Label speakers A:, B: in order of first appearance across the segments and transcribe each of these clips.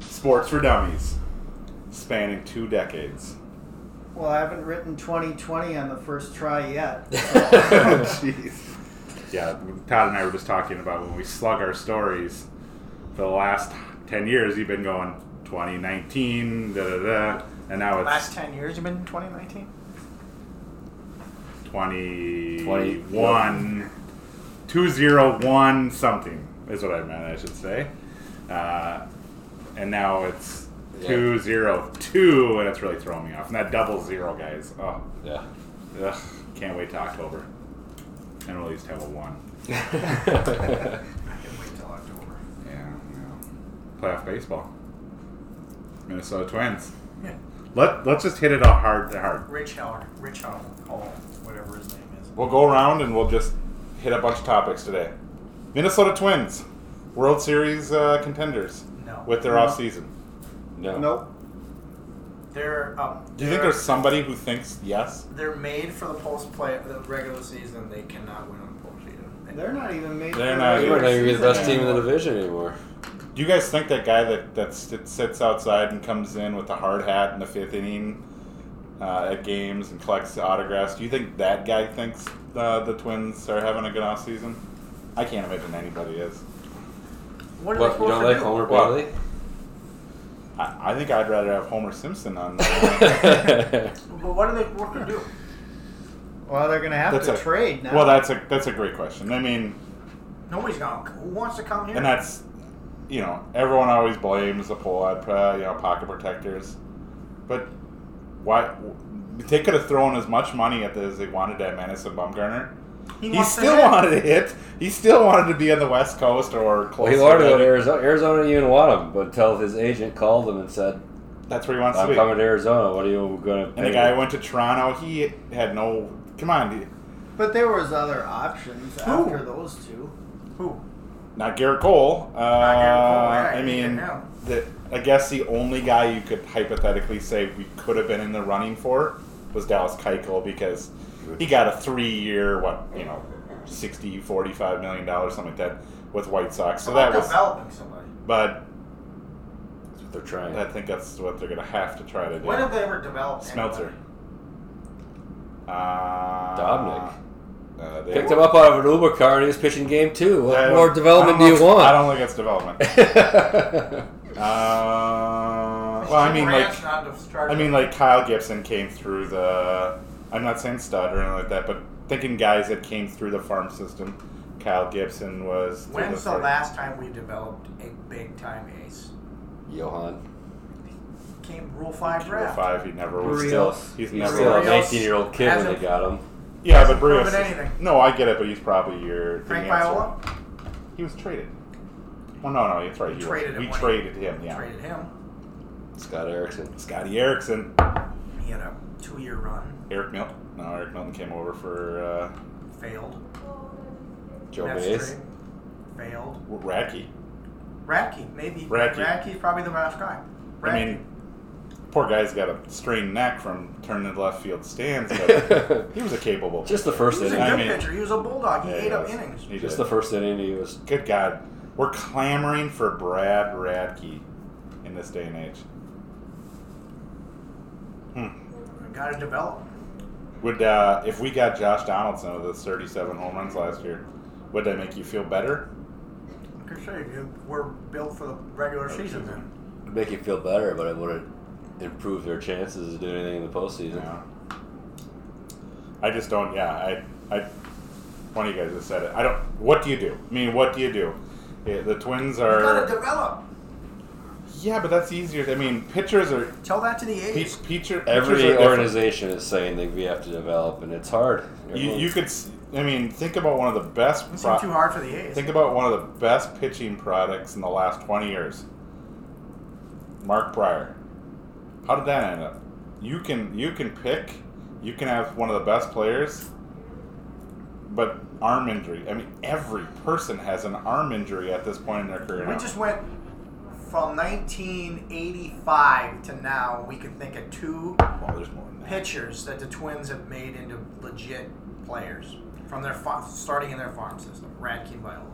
A: Sports for Dummies, spanning two decades.
B: Well, I haven't written 2020 on the first try yet.
A: Jeez. Yeah, Todd and I were just talking about when we slug our stories for the last 10 years, you've been going 2019, da da da, and now
C: Last
A: it's
C: ten years, you've been 2019.
A: 21, 201 something is what I meant, I should say. Uh, and now it's
D: Yeah.
A: 202, and it's really throwing me off. And that double zero, guys. Oh.
D: Yeah.
A: Ugh, can't wait to October. And we'll at least have a one.
C: I can wait till October.
A: Yeah, yeah. Playoff baseball. Minnesota Twins. Let Let's just hit it all hard to hard.
C: Rich Heller, Rich Hall, Hall, whatever his name is.
A: We'll go around and we'll just hit a bunch of topics today. Minnesota Twins, World Series uh, contenders
C: No.
A: with their off season.
D: No.
B: nope.
C: They're um.
A: Do you think
C: they're-
A: there's somebody who thinks yes?
C: They're made for the post play the regular season. They cannot win on postseason.
B: They're not even made.
A: They're
B: for
A: not
B: the
D: They might not
B: regular
D: even be the
B: season
D: best team in the
B: anymore.
D: division anymore.
A: Do you guys think that guy that, that sit- sits outside and comes in with the hard hat in the fifth inning uh, at games and collects autographs, do you think that guy thinks uh, the Twins are having a good off season? I can't imagine anybody is.
C: What are they
D: What, you
C: supposed
D: don't
C: to
D: like
C: do?
D: Homer
A: Well,
D: Bailey?
A: I, I think I'd rather have Homer Simpson on
C: But what are they what to do?
B: Well, they're gonna have
A: That's
B: to
A: a-
B: trade now.
A: Well, that's a that's a great question. I mean,
C: Nobody's gonna. Who wants to come here?
A: and that's you know everyone always blames the pullout, uh, you know, pocket protectors, but why? They could have thrown as much money at this as they wanted at Madison Bumgarner.
C: he,
A: He
C: wants to
A: still
C: hit.
A: wanted to hit. He still wanted to be on the West Coast or close.
D: well, he
A: to
D: wanted to go
A: that.
D: to Arizona. Arizona didn't even want him, but until his agent called him and said,
A: That's where he wants to
D: "I'm
A: be.
D: coming to Arizona. What are you going to?"
A: And the guy went to Toronto. He had no. Come on, he-
B: but there was other options after those two.
C: Who?
A: not Garrett Cole. Uh,
C: Garrett Cole, yeah,
A: I
C: he
A: mean,
C: didn't know.
A: the, I guess the only guy you could hypothetically say we could have been in the running for was Dallas Keuchel because he got a three-year, what you know, 60, 45 million dollars, something like that, with White Sox. So that was.
C: developing somebody.
A: But
D: That's what they're trying.
A: I think that's what they're gonna have to try to do.
C: When have they ever developed?
A: Smelter.
C: anybody?
A: Uh,
D: Dobnik.
A: Uh, they Uh,
D: Picked him up out of an Uber car and he was pitching game
A: I
D: two. What
A: don't-
D: more development
A: I
D: do
A: don't
D: you
A: know if- I
D: want?
A: don't think it's development. uh,
C: Is
A: well, I mean, like,
C: Branch not to start
A: I mean, like Kyle Gibson came through the. I'm not saying stud or anything like that, but thinking guys that came through the farm system. Kyle Gibson was. through
C: When's the
A: farm-
C: last time we developed a big time ace?
D: Johan.
C: Came Rule Five
A: Rule
C: draft.
A: five. He never was. Still,
B: Barrios.
A: he's,
D: He's
A: never.
D: still a
C: Everybody else
D: 19 year old kid when
C: hasn't-
D: they got him.
A: yeah, but
C: hasn't proven
A: Barrios.
C: anything.
A: No, I get it, but he's probably your. the
C: Frank
A: answer.
C: Viola
A: He was traded. Well, no, no, that's right.
C: We
A: he was-
C: traded him
A: we
C: when he-
A: traded him. Yeah.
C: traded him.
D: Scott Erickson.
A: Scotty Erickson.
C: He had a two-year run,
A: Eric Milton. No, Eric Milton came over for uh,
C: failed.
D: Joe
C: Mets
D: Mays.
C: trade, failed.
A: Racky.
C: Radke, maybe.
A: Radke.
C: Radke's probably the last guy. Radke.
A: I mean, poor guy's got a strained neck from turning the left field stands, but
D: Just
A: he was a capable.
D: the first
C: he was a
D: inning.
C: good
A: I mean-
C: pitcher. He was a bulldog. He
A: Yeah,
C: ate up
A: he was-
C: innings.
A: he
D: Just
A: did.
D: the first inning, he was.
A: Good God, we're clamoring for Brad Radke in this day and age. Hmm.
C: Got to develop.
A: Would uh, if we got Josh Donaldson with his 37 home runs last year, would that make you feel better?
C: I could say you we're built for the regular season then.
D: It'd make you feel better, but it wouldn't improve their chances of doing anything in the postseason.
A: Yeah. I just don't. Yeah, I, I, one of you guys has said it. I don't. What do you do? I mean, what do you do? Yeah, the Twins
C: You got to
A: are.
C: develop.
A: Yeah, but that's easier. I mean, pitchers are.
C: Tell that to the
A: Pe-
C: A's.
A: pitcher, pitchers
D: Every
A: are different.
D: organization is saying that we have to develop, and it's hard.
A: You,
D: Everyone-
A: you could. s- I mean, think about one of the best.
C: It
A: pro-
C: seemed too hard for the A's.
A: Think about one of the best pitching products in the last twenty years. Mark Pryor. How did that end up? You can you can pick. You can have one of the best players. But arm injury. I mean, every person has an arm injury at this point in their career.
C: we
A: now.
C: just went from 1985 to now. We can think of two
A: well, there's more than that.
C: pitchers that the Twins have made into legit players from their fa- starting in their farm system. Radke and Viola.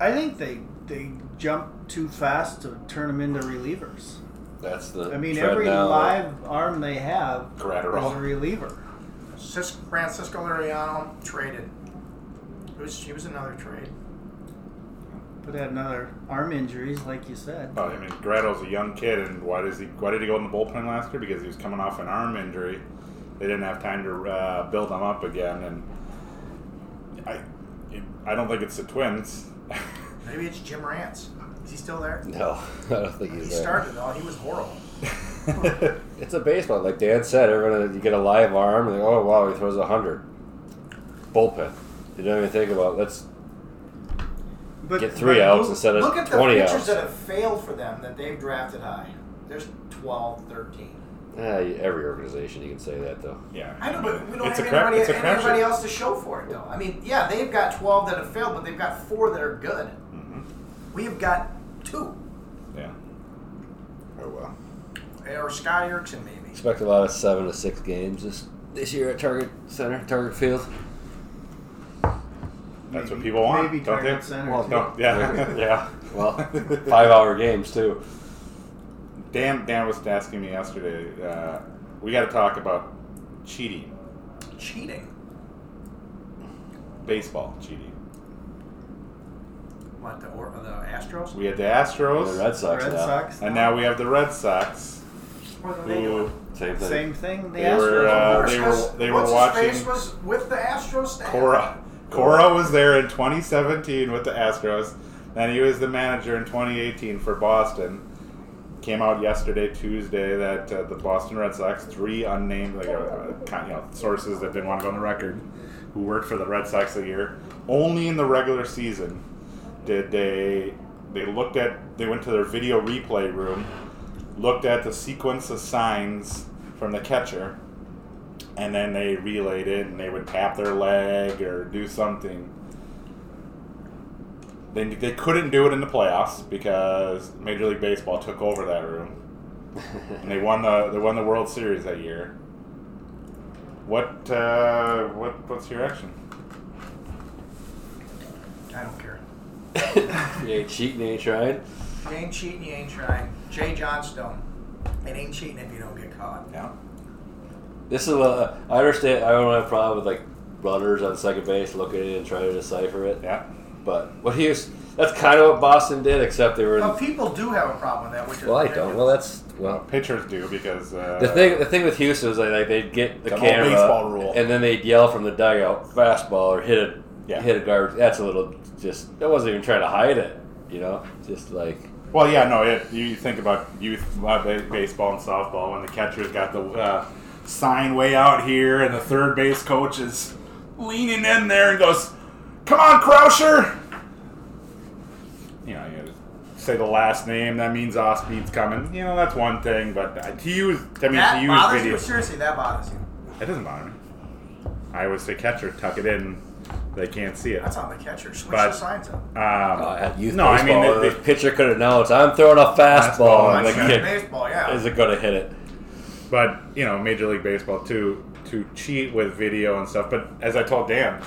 B: I think they they jumped too fast to turn them into relievers.
D: That's the.
B: I mean,
D: trend
B: every
D: now.
B: live arm they have is a
A: Collateral.
B: reliever.
C: Cis- Francisco Liriano traded. It was, he was another trade.
B: But had another arm injuries, like you said.
A: Well, I mean, Grado's a young kid, and why does he? Why did he go in the bullpen last year? Because he was coming off an arm injury. They didn't have time to uh, build him up again, and I, I don't think it's the Twins.
C: Maybe it's Jim Rance. Is he still there?
D: No, I don't think he's
C: He
D: there.
C: started all. He was horrible.
D: It's a baseball, like Dan said. Everyone, you get a live arm, and they oh wow, he throws a hundred. Bullpen. You don't even think about. Let's
B: But
D: get three
C: But
D: outs
C: look-
D: instead of
C: Look at the
D: 20
C: pitchers
D: outs.
C: that have failed for them that they've drafted high. There's 12, 13.
D: Yeah, you- every organization you can say that though.
A: yeah,
C: I know, but we don't
A: It's
C: have
A: a crap-
C: anybody,
A: it's a crapshoot.
C: anybody else to show for it, though. I mean, yeah, they've got 12 that have failed, but they've got four that are good.
A: Mhm.
C: We've got two.
A: yeah. Oh well.
C: Or Scott Erickson, maybe.
D: Expect a lot of seven to six games this this year at Target Center, Target Field.
A: That's what
B: maybe-
A: people want,
B: Maybe
A: don't they?
B: target center.
D: Well,
B: too.
A: No, yeah, yeah.
D: Well, five hour games too.
A: Dan, Dan was asking me yesterday. Uh, we got to talk about cheating,
C: Cheating.
A: baseball cheating.
C: What, the, or, the Astros?
A: We had the
D: The
A: Astros,
D: Red Sox
B: Red
D: now.
B: Sox.
A: and now we have the Red Sox,
C: What are they
A: who
C: doing?
D: Same thing.
B: Same thing. The
A: They
B: Astros.
A: were, uh,
C: Of course,
A: they
C: 'cause
A: were- they were
C: What's-his-face
A: watching-
C: was with the Astros staff.
A: Cora. Cora was there in 2017 with the Astros. Then he was the manager in 2018 for Boston. Came out yesterday, Tuesday, that uh, the Boston Red Sox, three unnamed, like uh, uh, kind you know, sources that didn't want to go on the record, who worked for the Red Sox a year, only in the regular season did they they looked at they went to their video replay room, looked at the sequence of signs from the catcher, and then they relayed it and they would tap their leg or do something. They, they couldn't do it in the playoffs because Major League Baseball took over that room, and they won the they won the World Series that year. What uh, what what's your action?
C: I don't care.
D: you ain't cheating, you ain't trying.
C: You ain't cheating, you ain't trying. Jay Johnstone. It ain't cheating if you don't get caught.
A: Yeah,
D: This is what I understand. I don't have a problem with like runners on second base looking at it and trying to decipher it.
A: yeah.
D: But what he was, that's kind of what Boston did, except they were. In,
C: But people do have a problem with that, which is
D: well, I don't. Well, that's
A: Well,
D: well.
A: pitchers do because uh,
D: The thing, the thing with Houston is like, like they'd get the
A: The whole
D: camera,
A: baseball rule.
D: and then they'd yell from the dugout, fastball or hit a
A: Yeah.
D: hit a guard. That's a little just. I wasn't even trying to hide it, you know. Just like
A: Well, yeah, no. It, you think about youth uh, ba- baseball and softball when the catcher's got the uh, sign way out here, and the third base coach is leaning in there and goes, "Come on, Croucher!" You know, you gotta say the last name. That means off-speed's coming. You know, that's one thing. But uh, to use, I mean,
C: That
A: to
C: bothers
A: use video,
C: you. Seriously, that bothers you.
A: it doesn't bother me. I always say catcher, tuck it in. They can't see it.
C: That's on the catcher. Switch
A: But-
C: the signs up.
D: uh,
A: Um,
D: at youth
A: no, I mean,
D: baseball,
A: they-
D: the
A: they-
D: pitcher could announce, "I'm throwing a fastball,"
A: Fastball,
D: and
A: like
D: the
A: that.
D: kid
C: baseball, yeah.
D: isn't going to hit it.
A: But you know, Major League Baseball to to cheat with video and stuff. But as I told Dan,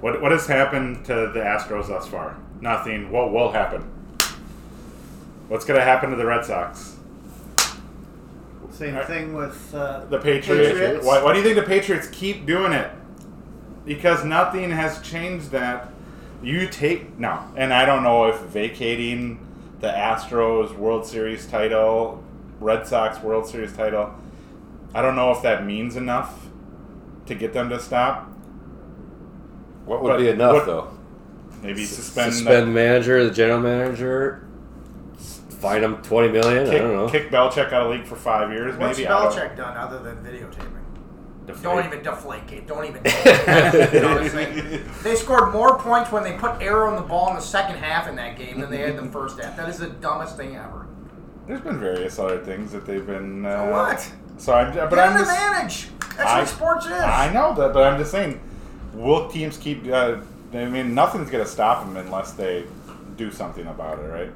A: what what has happened to the Astros thus far? Nothing. What will happen? What's going to happen to the Red Sox?
B: Same
A: Are-
B: thing with uh,
A: The Patriots.
B: Patriots.
A: Why, why do you think the Patriots keep doing it? Because nothing has changed that. You take no, and I don't know if vacating the Astros World Series title, Red Sox World Series title, I don't know if that means enough to get them to stop.
D: What would
A: But
D: be enough
A: what-
D: though?
A: Maybe suspend,
D: Suspend, the manager, the general manager, fine him twenty million.
A: the,
D: I
A: kick,
D: don't know.
A: kick Belichick out of league for five years.
C: What's
A: maybe I don't-
C: Belichick done other than videotaping?
A: Deflate.
C: Don't even deflate Kate. Don't even. You know what I'm saying? they scored more points when they put air on the ball in the second half in that game than they had in the first half. That is the dumbest thing ever.
A: There's been various other things that they've been. Uh,
C: what?
A: So I'm, but
C: But
A: I'm
C: I'm the
A: just,
C: manage. That's
A: I-
C: what sports is.
A: I know that, but I'm just saying, will teams keep? Uh, I mean, nothing's gonna stop them unless they do something about it, right?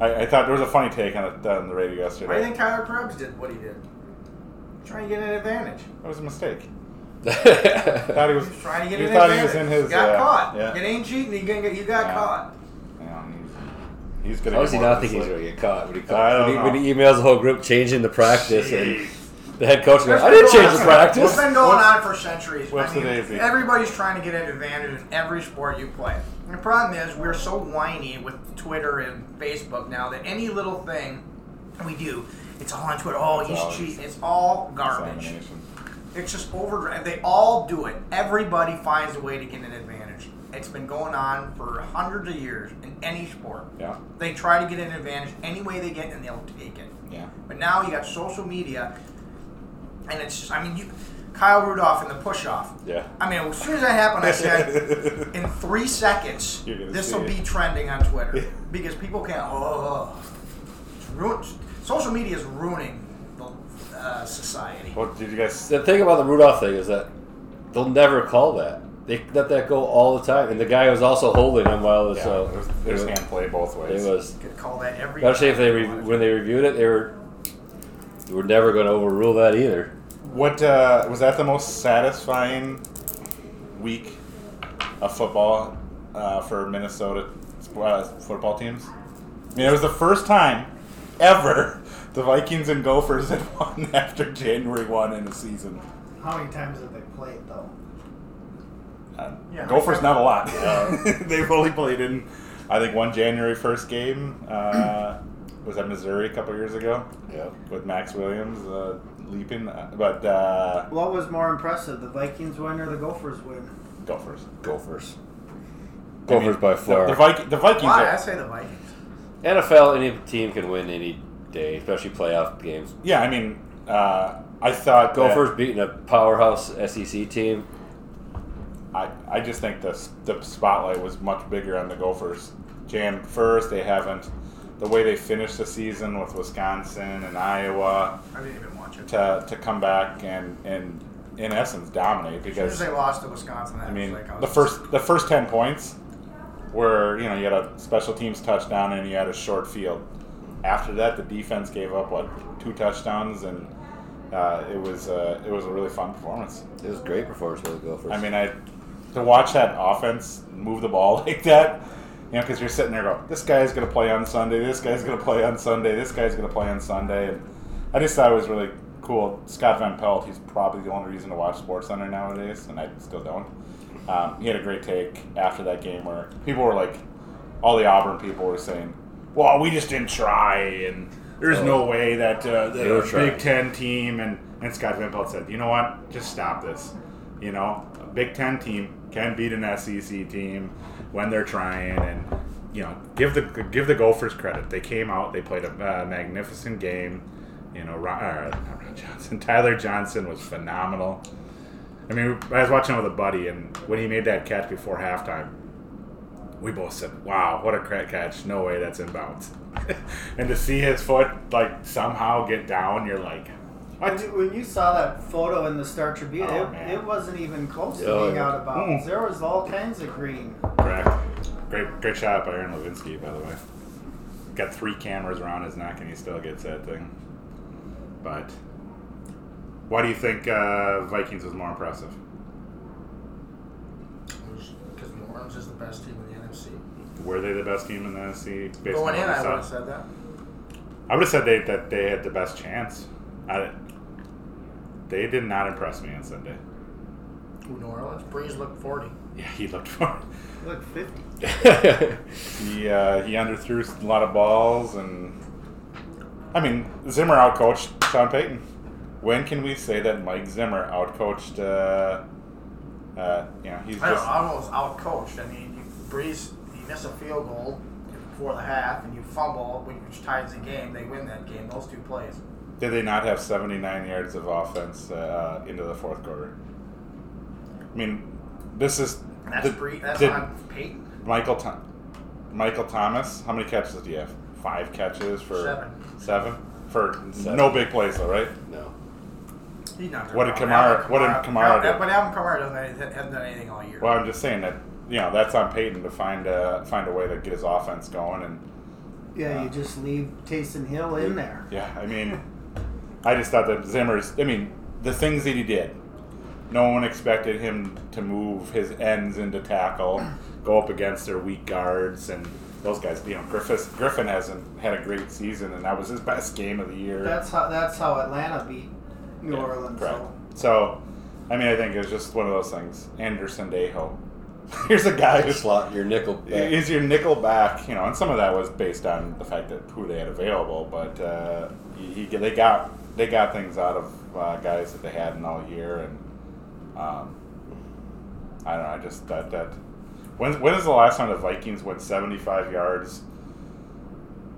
A: I, I thought there was a funny take on it on the radio
C: Why do you
A: yesterday.
C: think Tyler Krebs did what he did? Trying to get an advantage.
A: That was a mistake. I
D: I
A: thought he was
C: He was trying to get
A: You
C: an
A: thought he
C: advantage.
A: was in his,
C: got
A: uh,
C: caught.
A: yeah.
C: It ain't cheating. You got, you got
A: Yeah.
C: caught.
A: you know, he's- He's gonna.
D: How does he
A: get more
D: not think he's
A: than
D: going to get caught when he,
A: I
D: calls, when, he
A: don't
D: when he emails the whole group changing the practice
A: Jeez.
D: and the head coach goes, I didn't change the
C: It's
D: practice.
C: been going
A: What's-
C: on for centuries.
A: what's
C: I mean,
A: the daisy?
C: Everybody's trying to get an advantage in every sport you play. And the problem is, we're so whiny with Twitter and Facebook now that any little thing we do, it's all on Twitter. Oh,
A: all-
C: he's cheating. It's all garbage.
A: examination.
C: It's just overdrive. They all do it. Everybody finds a way to get an advantage. It's been going on for hundreds of years in any sport.
A: Yeah,
C: They try to get an advantage any way they get, and they'll take it.
A: yeah.
C: But now you got social media, and it's just, I mean, you, Kyle Rudolph in the push off.
D: Yeah.
C: I mean, as soon as that happened, I said, in three seconds,
A: You're gonna
C: this
A: see
C: will
A: it.
C: be trending on Twitter
A: Yeah.
C: because people can't. Oh, it's ruined. Social media is ruining the uh, society.
A: Well, did you guys?
D: The thing about the Rudolph thing is that they'll never call that. They let that go all the time. And the guy was also holding him while it was.
A: Yeah,
D: uh,
A: there's, there's hand play both ways.
D: it was
C: Could call that every.
D: Especially if they re- when they reviewed it, they were they were never going to overrule that either.
A: What uh, was that? The most satisfying week of football uh, for Minnesota uh, football teams. I mean, it was the first time ever the Vikings and Gophers had won after January one in a season.
B: How many times have they played though?
A: Uh,
C: Yeah.
A: Gophers not a lot. They've only played in, I think, one January first game. Uh, was at Missouri a couple years ago
D: Yeah.
A: with Max Williams uh, leaping, uh, but uh,
B: What was more impressive, the Vikings win or the Gophers win?
A: Gophers.
D: Gophers.
A: I mean,
D: Gophers by
A: the-
D: far.
A: The, Vik- the Vikings.
C: Why? I
A: Are,
C: say the Vikings.
D: NFL, any team can win any day, especially playoff games.
A: yeah, I mean, uh, I thought
D: Gophers beating a powerhouse SEC team.
A: that- I, I just think the s- the spotlight was much bigger on the Gophers. Jan first, they haven't. The way they finished the season with Wisconsin and Iowa
C: I didn't even watch it.
A: to to come back and and in essence dominate because
C: As soon as they lost to Wisconsin, that
A: I mean,
C: was like oh, I
A: the
C: was-
A: first the first ten points were you know you had a special teams touchdown and you had a short field. After that, the defense gave up what two touchdowns and uh, it was uh, it was a really fun performance.
D: It was a great performance by the Gophers.
A: I mean, I to watch that offense move the ball like that, you know, because you're sitting there going, this guy's going to play on Sunday, this guy's going to play on Sunday, this guy's going to play on Sunday, and I just thought it was really cool. Scott Van Pelt, he's probably the only reason to watch SportsCenter nowadays, and I still don't. Um, he had a great take after that game where people were like, all the Auburn people were saying, "Well, we just didn't try," and there's no way that uh,
D: They were
A: the
D: trying.
A: Big Ten team and and Scott Van Pelt said, "You know what? Just stop this. You know, a Big Ten team can beat an SEC team when they're trying, and you know, give the give the Gophers credit. They came out, they played a uh, magnificent game. You know, Ron, uh, not Ron Johnson, Tyler Johnson was phenomenal." I mean, I was watching with a buddy, and when he made that catch before halftime, we both said, "Wow, what a crack catch! No way, that's inbounds." and to see his foot like somehow get down, you're like,
B: When you, when you saw that photo in the Star Tribune,
A: Oh, man.
B: it, it wasn't even close
D: Oh,
B: to being
D: yeah.
B: out of bounds.
A: Mm.
B: There was all kinds of green.
A: "Correct." Great, great shot by Aaron Levinsky, by the way. Got three cameras around his neck, and he still gets that thing. But why do you think uh, Vikings was more impressive?
C: because New Orleans is the best team in the NFC.
A: Were they the best team in the NFC? based on
C: Going in,
A: what we
C: I
A: saw?
C: would have said that.
A: I would have said they, that they had the best chance. I, they did not impress me on Sunday.
C: Ooh, New Orleans. Breeze looked 40.
A: Yeah, he looked for
B: Look, 50.
A: He uh, he underthrew a lot of balls, and I mean Zimmer outcoached Sean Payton. When can we say that Mike Zimmer outcoached? Uh, uh, you know, he's
C: I don't know,
A: just
C: I was out coached. I mean, you, Breeze, you miss a field goal before the half, and you fumble, which ties the game. They win that game. Those two plays.
A: did they not have seventy nine yards of offense uh, into the fourth quarter? I mean, this is
C: And that's
A: the-
C: Breeze. That's
A: did-
C: on Peyton.
A: Michael Tom- Michael Thomas, how many catches do you have? Five catches for
C: Seven.
A: Seven? for
D: Seven.
A: no big plays though, right?
D: no.
C: He's not.
A: What did Kamara- what did Kamara do?
C: But Alvin Kamara doesn't hasn't done anything all year.
A: Well, I'm just saying that you know that's on Peyton to find a find a way to get his offense going, and
B: Yeah,
A: Yeah.
B: you just leave Taysom Hill in there.
A: yeah, I mean, I just thought that Zimmer's. I mean, the things that he did, no one expected him to move his ends into tackle, go up against their weak guards, and those guys, you know, Griffiths, Griffin hasn't had a great season, and that was his best game of the year.
B: That's how that's how Atlanta beat New
A: Yeah,
B: Orleans.
A: Correct.
B: So
A: So, I mean, I think it's just one of those things. Anderson Dejo. Here's a guy who's
D: slot your nickel back.
A: is your nickel back, you know, and some of that was based on the fact that who they had available, but uh, he, he- they got they got things out of uh, guys that they hadn't all year, and um, I don't know, I just that that when when is the last time the Vikings went seventy five yards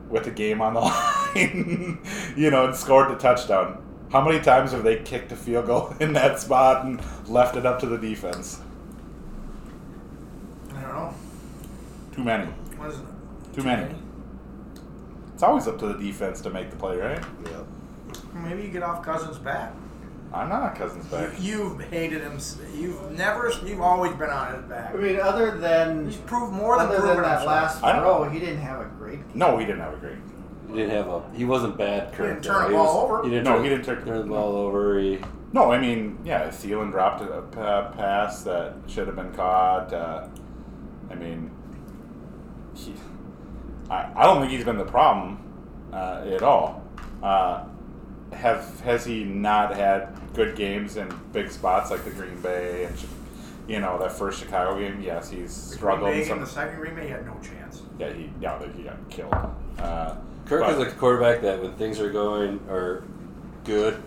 A: with the game on the line, you know, and scored the touchdown? How many times have they kicked a field goal in that spot and left it up to the defense?
C: I don't know.
A: Too many.
C: What is it?
A: Too many. It's always up to the defense to make the play, right?
D: Yeah.
C: Maybe you get off Cousins' back.
A: I'm not Cousins back.
C: You, have hated him. s- You've never. You've always been on his back.
B: I mean, other than
C: He's proved more than
B: other
C: proven
B: than that
C: himself.
B: last
A: I don't-
B: row, he didn't have a great game.
A: No, he didn't have a great.
D: He didn't have a. He wasn't bad. Kirk,
C: didn't turn
D: though.
C: the
D: He
C: ball
D: was-
C: over.
D: He didn't
A: No,
D: turn,
A: he didn't turn-
D: turn the ball over. He,
A: No, I mean, yeah, Thielen dropped a pa- pass that should have been caught. Uh, I mean, he, I, I don't think he's been the problem uh, at all. Uh, have has he not had good games in big spots like the Green Bay and you know that first Chicago game? Yes, he's struggled.
C: Big
A: in
C: in
A: Some,
C: the second Green Bay, he had no chance.
A: yeah, he yeah, he got killed. Uh,
D: Kirk
A: but-
D: is a quarterback that when things are going are good,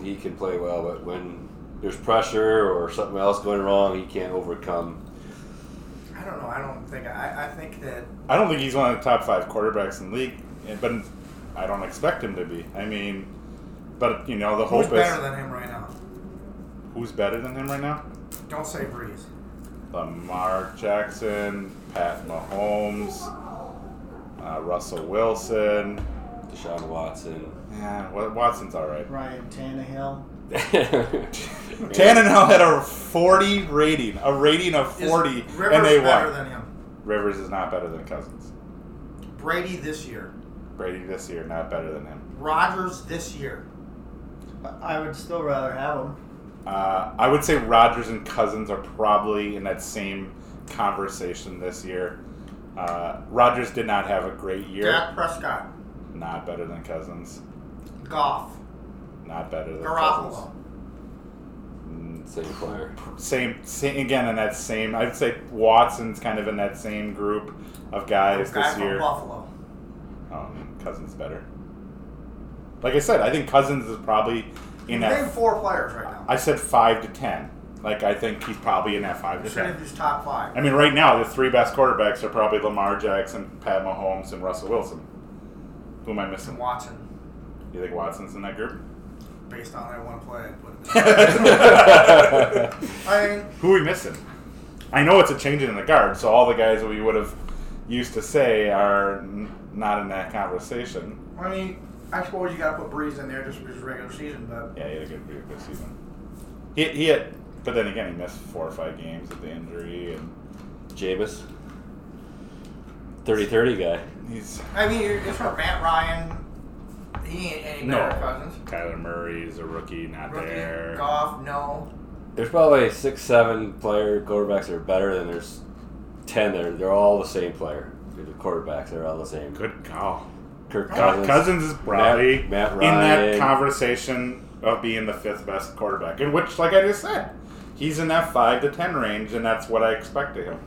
D: he can play well. But when there's pressure or something else going wrong, he can't overcome.
C: I don't know. I don't think. I, I think that
A: I don't think he's one of the top five quarterbacks in the league, and- but I don't expect him to be. I mean, but you know, the hope is
C: who's better than him right now?
A: who's better than him right now?
C: Don't say Breeze.
A: Lamar Jackson, Pat Mahomes, uh, Russell Wilson.
D: Deshaun Watson.
A: Yeah, Wa- Watson's all right.
B: Ryan Tannehill.
A: Tannehill had a 40 rating, a rating of
C: Is
A: 40,
C: Rivers
A: and they
C: better
A: won.
C: than him.
A: Rivers is not better than Cousins.
C: Brady this year.
A: Brady this year, not better than him.
C: Rodgers this year.
B: I would still rather have him.
A: Uh, I would say Rodgers and Cousins are probably in that same conversation this year. Uh, Rodgers did not have a great year.
C: Dak Prescott.
A: Not better than Cousins.
C: Goff.
A: Not better than
C: Garoppolo.
A: Cousins.
D: Same player.
A: Mm, Same, same again in that same. I'd say Watson's kind of in that same group of guys
C: Guy
A: this
C: from
A: year.
C: Buffalo.
A: Um, Cousins better. Like I said, I think Cousins is probably in
C: Name
A: that.
C: four players right now.
A: I said five to ten. Like I think he's probably in that five to
C: Should
A: ten.
C: have his top five.
A: I mean, right now the three best quarterbacks are probably Lamar Jackson, Pat Mahomes, and Russell Wilson. Who am I
C: And
A: missing?
C: Watson,
A: You think Watson's in that group?
C: based on that one play, it would have been.
A: Who
C: I mean,
A: are we missing? I know it's a change in the guard, so all the guys that we would have used to say are n- not in that conversation.
C: I mean, I suppose you got to put Breeze in there just for his regular season, but
A: Yeah, he had a good, good season. He, he had, but then again, he missed four or five games with the injury, and
D: Jameis. 30-30 guy.
A: he's
C: I mean, it's for Matt Ryan. He ain't any
A: no.
C: better cousins.
A: Kyler Murray's a rookie, not there.
C: Rookie, Goff, no.
D: There's probably six, seven player quarterbacks that are better than there's ten that are, they're all the same player. They're the quarterbacks they're all the same.
A: Good call.
D: Kirk
A: Cousins,
D: Cousins.
A: is probably
D: Matt
A: in
D: Ryan.
A: that conversation of being the fifth best quarterback, in which, like I just said, he's in that five to ten range, and that's what I expect of him.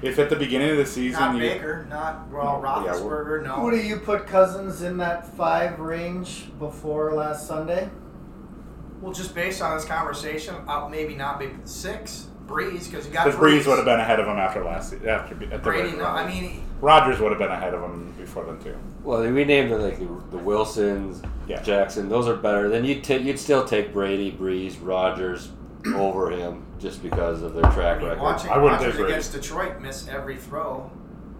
A: If at the beginning of the season,
C: Not
A: you,
C: Baker, not well,
A: Yeah, well-
C: Roethlisberger, no.
B: Who do you put Cousins in that five range before last Sunday?
C: Well, just based on this conversation, uh, maybe not maybe six. Breeze, because you got
A: because Breeze would have been ahead of him after last se- after at the
C: Brady, no, I mean,
A: Rogers would have been ahead of him before then too.
D: Well, we named it like the, the Wilsons,
A: Yeah.
D: Jackson. Those are better. Then you would you'd still take Brady, Breeze, Rogers over him just because of their track record.
C: watching
A: I wouldn't
C: Rodgers
A: take Brady.
C: against Detroit miss every throw,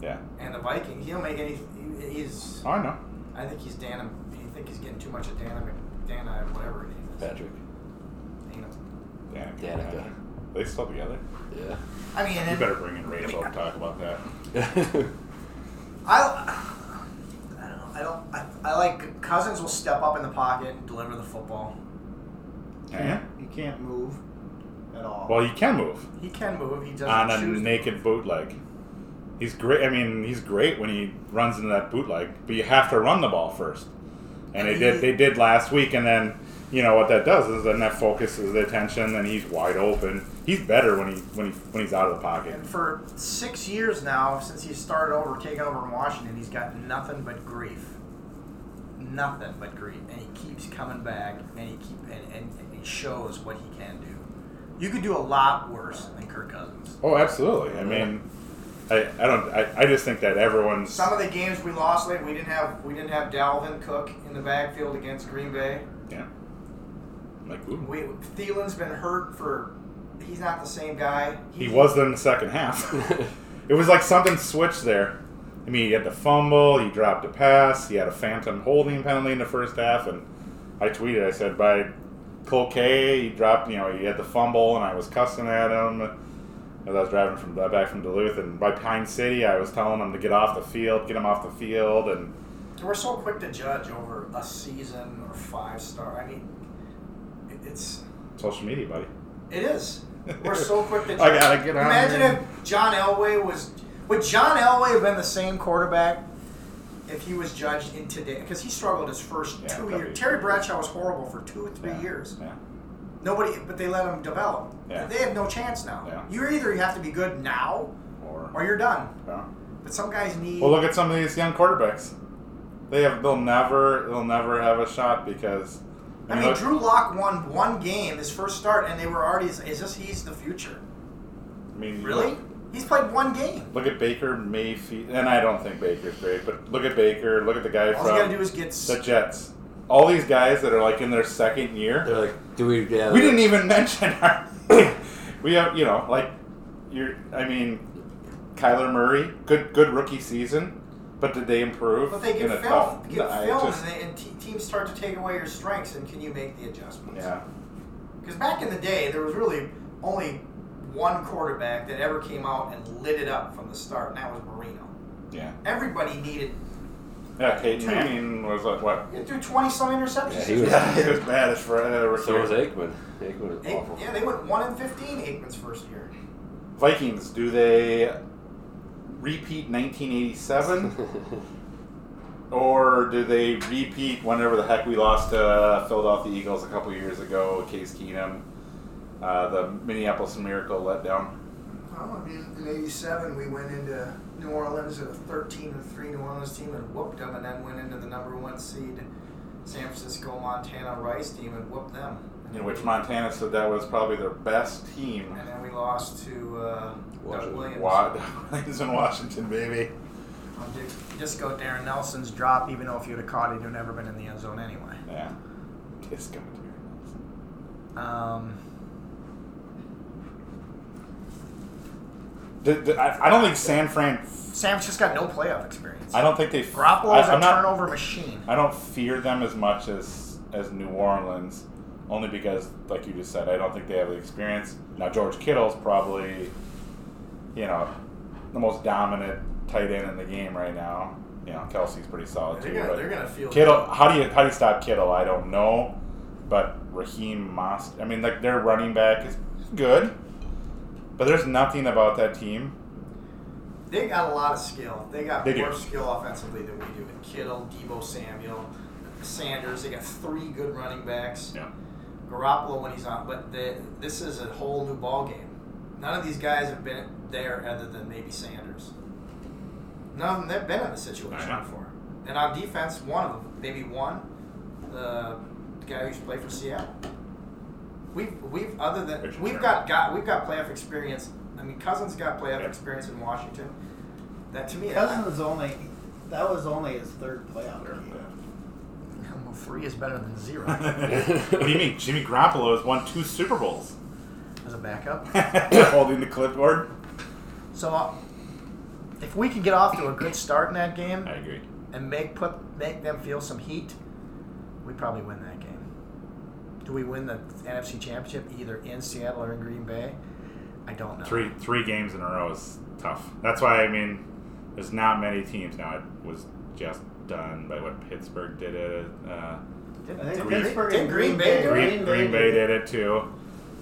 A: Yeah,
C: and the Viking, he'll make any. he- He's,
A: oh, I know.
C: I think he's Dana. I think he's getting too much of Dana, Mc- Dana, whatever his name is.
D: Patrick.
C: You know.
A: Danica.
D: Danica.
A: They still together.
D: Yeah.
C: I mean, and
A: You
C: then-
A: better bring in Rachel and talk about that.
C: I, I don't know. I don't. I, I like Cousins will step up in the pocket and deliver the football.
A: Yeah.
B: He can't move at all.
A: Well, he can move
C: He can move. He doesn't
A: on a
C: choose.
A: naked bootleg. He's great. I mean, he's great when he runs into that bootleg, but you have to run the ball first. And they did. They did last week, and then you know what that does is then that focuses the attention, and he's wide open. He's better when he when he when he's out of the pocket.
C: And for six years now, since he started over, taking over in Washington, he's got nothing but grief. Nothing but grief, and he keeps coming back, and he keep and, and, and he shows what he can do. You could do a lot worse than Kirk Cousins.
A: Oh, absolutely. I mean, I, I don't. I, I just think that everyone's.
C: Some of the games we lost late, we didn't have we didn't have Dalvin Cook in the backfield against Green Bay.
A: Yeah. Like ooh.
C: We Thielen's been hurt for. He's not the same guy.
A: He was in the second half. it was like something switched there. I mean, he had the fumble, he dropped a pass, he had a phantom holding penalty in the first half, and I tweeted, I said, by Colquay, he dropped, you know, he had the fumble, and I was cussing at him as I was driving from uh, back from Duluth, and by Pine City, I was telling him to get off the field, get him off the field, and
C: We're so quick to judge over a season or five star. I mean, it, it's
A: social media, buddy.
C: it is. We're so quick to judge.
A: I gotta get on
C: Imagine
A: there.
C: if John Elway was would John Elway have been the same quarterback if he was judged in today? Because he struggled his first
A: Yeah,
C: two
A: probably.
C: years. Terry Bradshaw was horrible for two or three
A: Yeah,
C: years.
A: Yeah.
C: Nobody, but they let him develop.
A: Yeah.
C: They have no chance now.
A: Yeah.
C: You either you have to be good now
A: Or,
C: or you're done.
A: yeah.
C: But some guys need.
A: Well, look at some of these young quarterbacks. They have. They'll never. They'll never have a shot because.
C: I mean, Drew Lock won one game, his first start, and they were already. Is this he's the future?
A: I mean,
C: Really? He's played one game.
A: Look at Baker Mayfield, and I don't think Baker's great, but look at Baker. Look at the guy
C: All you gotta do
A: from
C: is get. s-
A: the Jets. All these guys that are like in their second year.
D: They're like, do we? Yeah,
A: We didn't even mention our. we have, you know, like you're. I mean, Kyler Murray, good, good rookie season, but did they improve?
C: But they
A: in
C: get
A: a
C: film,
A: tough-
C: get
A: I
C: film,
A: just-
C: and, they, and te- teams start to take away your strengths. And can you make the adjustments?
A: yeah,
C: Because back in the day, there was really only one quarterback that ever came out and lit it up from the start, and that was Marino.
A: yeah,
C: Everybody needed.
A: yeah. Peyton Manning was like what?
C: He threw twenty some interceptions.
D: Yeah,
C: this
D: he was.
A: Yeah, it was bad as for uh, rookie.
D: So was Aikman. Aikman is
C: Eight-
D: awful.
C: yeah, they went one in fifteen Aikman's first year.
A: Vikings. Do they repeat 1987? Or do they repeat whenever the heck we lost to uh, Philadelphia Eagles a couple years ago? Case Keenum, uh, the Minneapolis Miracle letdown.
C: Well, I mean, in '87, we went into New Orleans at a 13 and three New Orleans team and whooped them, and then went into the number one seed San Francisco Montana Rice team and whooped them.
A: In which Montana said that was probably their best team.
C: And then we lost to uh, Doug
D: Washington.
C: Williams
A: Wa- He's in Washington, baby.
C: on Di- Disco Darren Nelson's drop. Even though if you'd have caught it, you'd never been in the end zone anyway.
A: Yeah. Disco.
C: Um,
A: D- d- I I don't think San Fran.
C: San Francisco got no playoff experience.
A: I don't think they.
C: Garoppolo's
A: I-
C: a
A: I'm not-
C: turnover machine.
A: I don't fear them as much as as New Orleans, only because, like you just said, I don't think they have the experience. Now George Kittle's probably, you know, the most dominant tight end in the game right now. You know, Kelsey's pretty solid too. but
C: gonna feel
A: Kittle, how do you how do you stop Kittle? I don't know, but Raheem Most. I mean, like their running back is good, but there's nothing about that team.
C: They got a lot of skill. They got
A: They do.
C: more skill offensively than we do. And Kittle, Debo Samuel, Sanders. They got three good running backs.
A: Yeah.
C: Garoppolo when he's on, but the, this is a whole new ball game. None of these guys have been there other than maybe Sanders. None of them have been in the situation
A: I know.
C: before. And on defense, one of them, maybe one, uh, the guy who's played for Seattle. We've we've other than
A: Richard
C: we've
A: Sherman.
C: got got we've got playoff experience. I mean, Cousins got playoff
A: Yeah.
C: experience in Washington. That to me,
B: Cousins only. That was only his third playoff game.
C: Well, three is better than zero
A: what do you mean? Jimmy Garoppolo has won two Super Bowls.
C: as a backup.
A: holding the clipboard.
C: So, uh, if we can get off to a good start in that game
A: agree.
C: and make put make them feel some heat, we probably win that game. Do we win the NFC Championship either in Seattle or in Green Bay? I don't know.
A: Three three games in a row is tough. That's why I mean, there's not many teams now. It was just done by what Pittsburgh did it. Uh,
C: Did,
B: I think
C: did
B: Pittsburgh
C: Green,
B: and Green
C: did Green Bay
B: Bay-
C: do it?
A: Green, Green Bay did it too,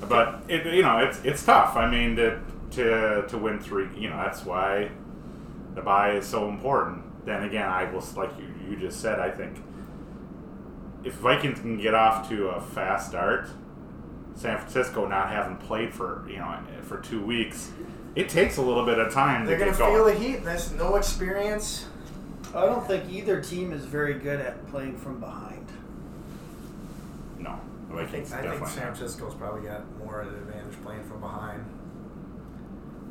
A: but it you know it's it's tough. I mean to to to win three. You know that's why the buy is so important. Then again, I will like you, you just said. I think if Vikings can get off to a fast start, San Francisco not having played for you know for two weeks, it takes a little bit of time
C: They're
A: to
C: gonna
A: get
C: feel
A: going.
C: the heat. That's no experience.
B: I don't think either team is very good at playing from behind.
A: no, the
C: Oh, I think,
A: Vikings
C: I think
A: definitely.
C: San
A: not.
C: Francisco's probably got more of an advantage playing from behind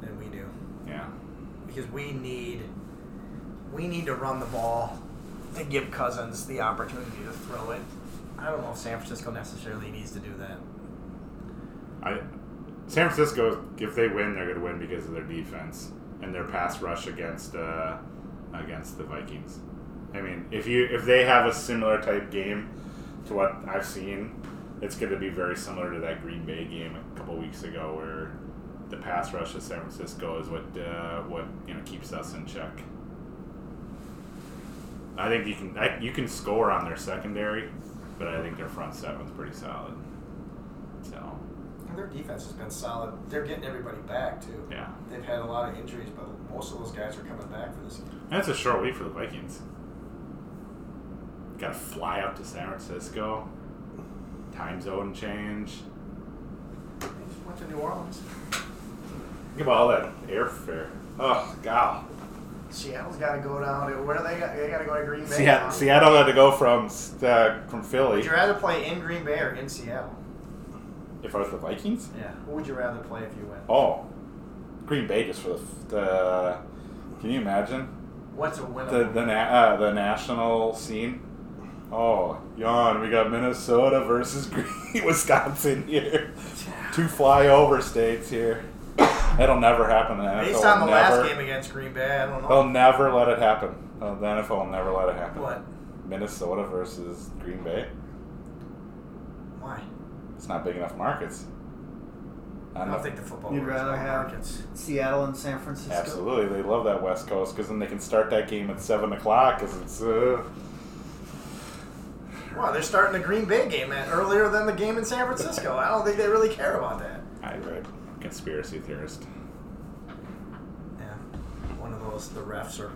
C: than we do
A: yeah,
C: because we need we need to run the ball to give Cousins the opportunity to throw it. I don't know if San Francisco necessarily needs to do that.
A: I San Francisco if they win, they're gonna win because of their defense and their pass rush against uh, against the Vikings. I mean, if you if they have a similar type game to what I've seen, it's going to be very similar to that Green Bay game a couple weeks ago, where the pass rush of San Francisco is what uh, what you know keeps us in check. I think you can I, you can score on their secondary, but I think their front seven's pretty solid. So
C: And their defense has been solid. They're getting everybody back too.
A: yeah,
C: They've had a lot of injuries, but most of those guys are coming back for this.
A: that's a short week for the Vikings. Got to fly up to San Francisco. Time zone change.
C: They just went to New Orleans.
A: Think about all that airfare. Oh god.
C: Seattle's got to go down. To, where do they? Got, they got to go to Green Bay. now.
E: Seattle, Seattle had to go from uh, from
C: Would
E: Philly.
C: you rather play in Green Bay or in Seattle?
E: If I was the Vikings,
C: Yeah. Who would you rather play if you win?
E: oh, Green Bay just for the. the can you imagine
C: What's a winnable?
E: the the na- uh, the national scene? Oh, yawn. We got Minnesota versus Green Wisconsin here. Two flyover states here. That'll never happen. The NFL
C: Based on the
E: will
C: last
E: never-
C: game against Green Bay, I don't
E: They'll
C: know.
E: never let it happen. Uh, The NFL will never let it happen.
C: What?
E: Minnesota versus Green Bay.
C: Why?
E: It's not big enough markets. Not
C: I don't
E: enough-
C: think the football.
B: You'd
C: works
B: rather
C: in all
B: have
C: markets.
B: Seattle and San Francisco.
E: Absolutely, they love that West Coast because then they can start that game at seven o'clock because it's uh,
C: Well, they're starting the Green Bay game at earlier than the game in San Francisco. I don't think they really care about that.
A: I read conspiracy theorist.
C: Yeah. One of those. The refs are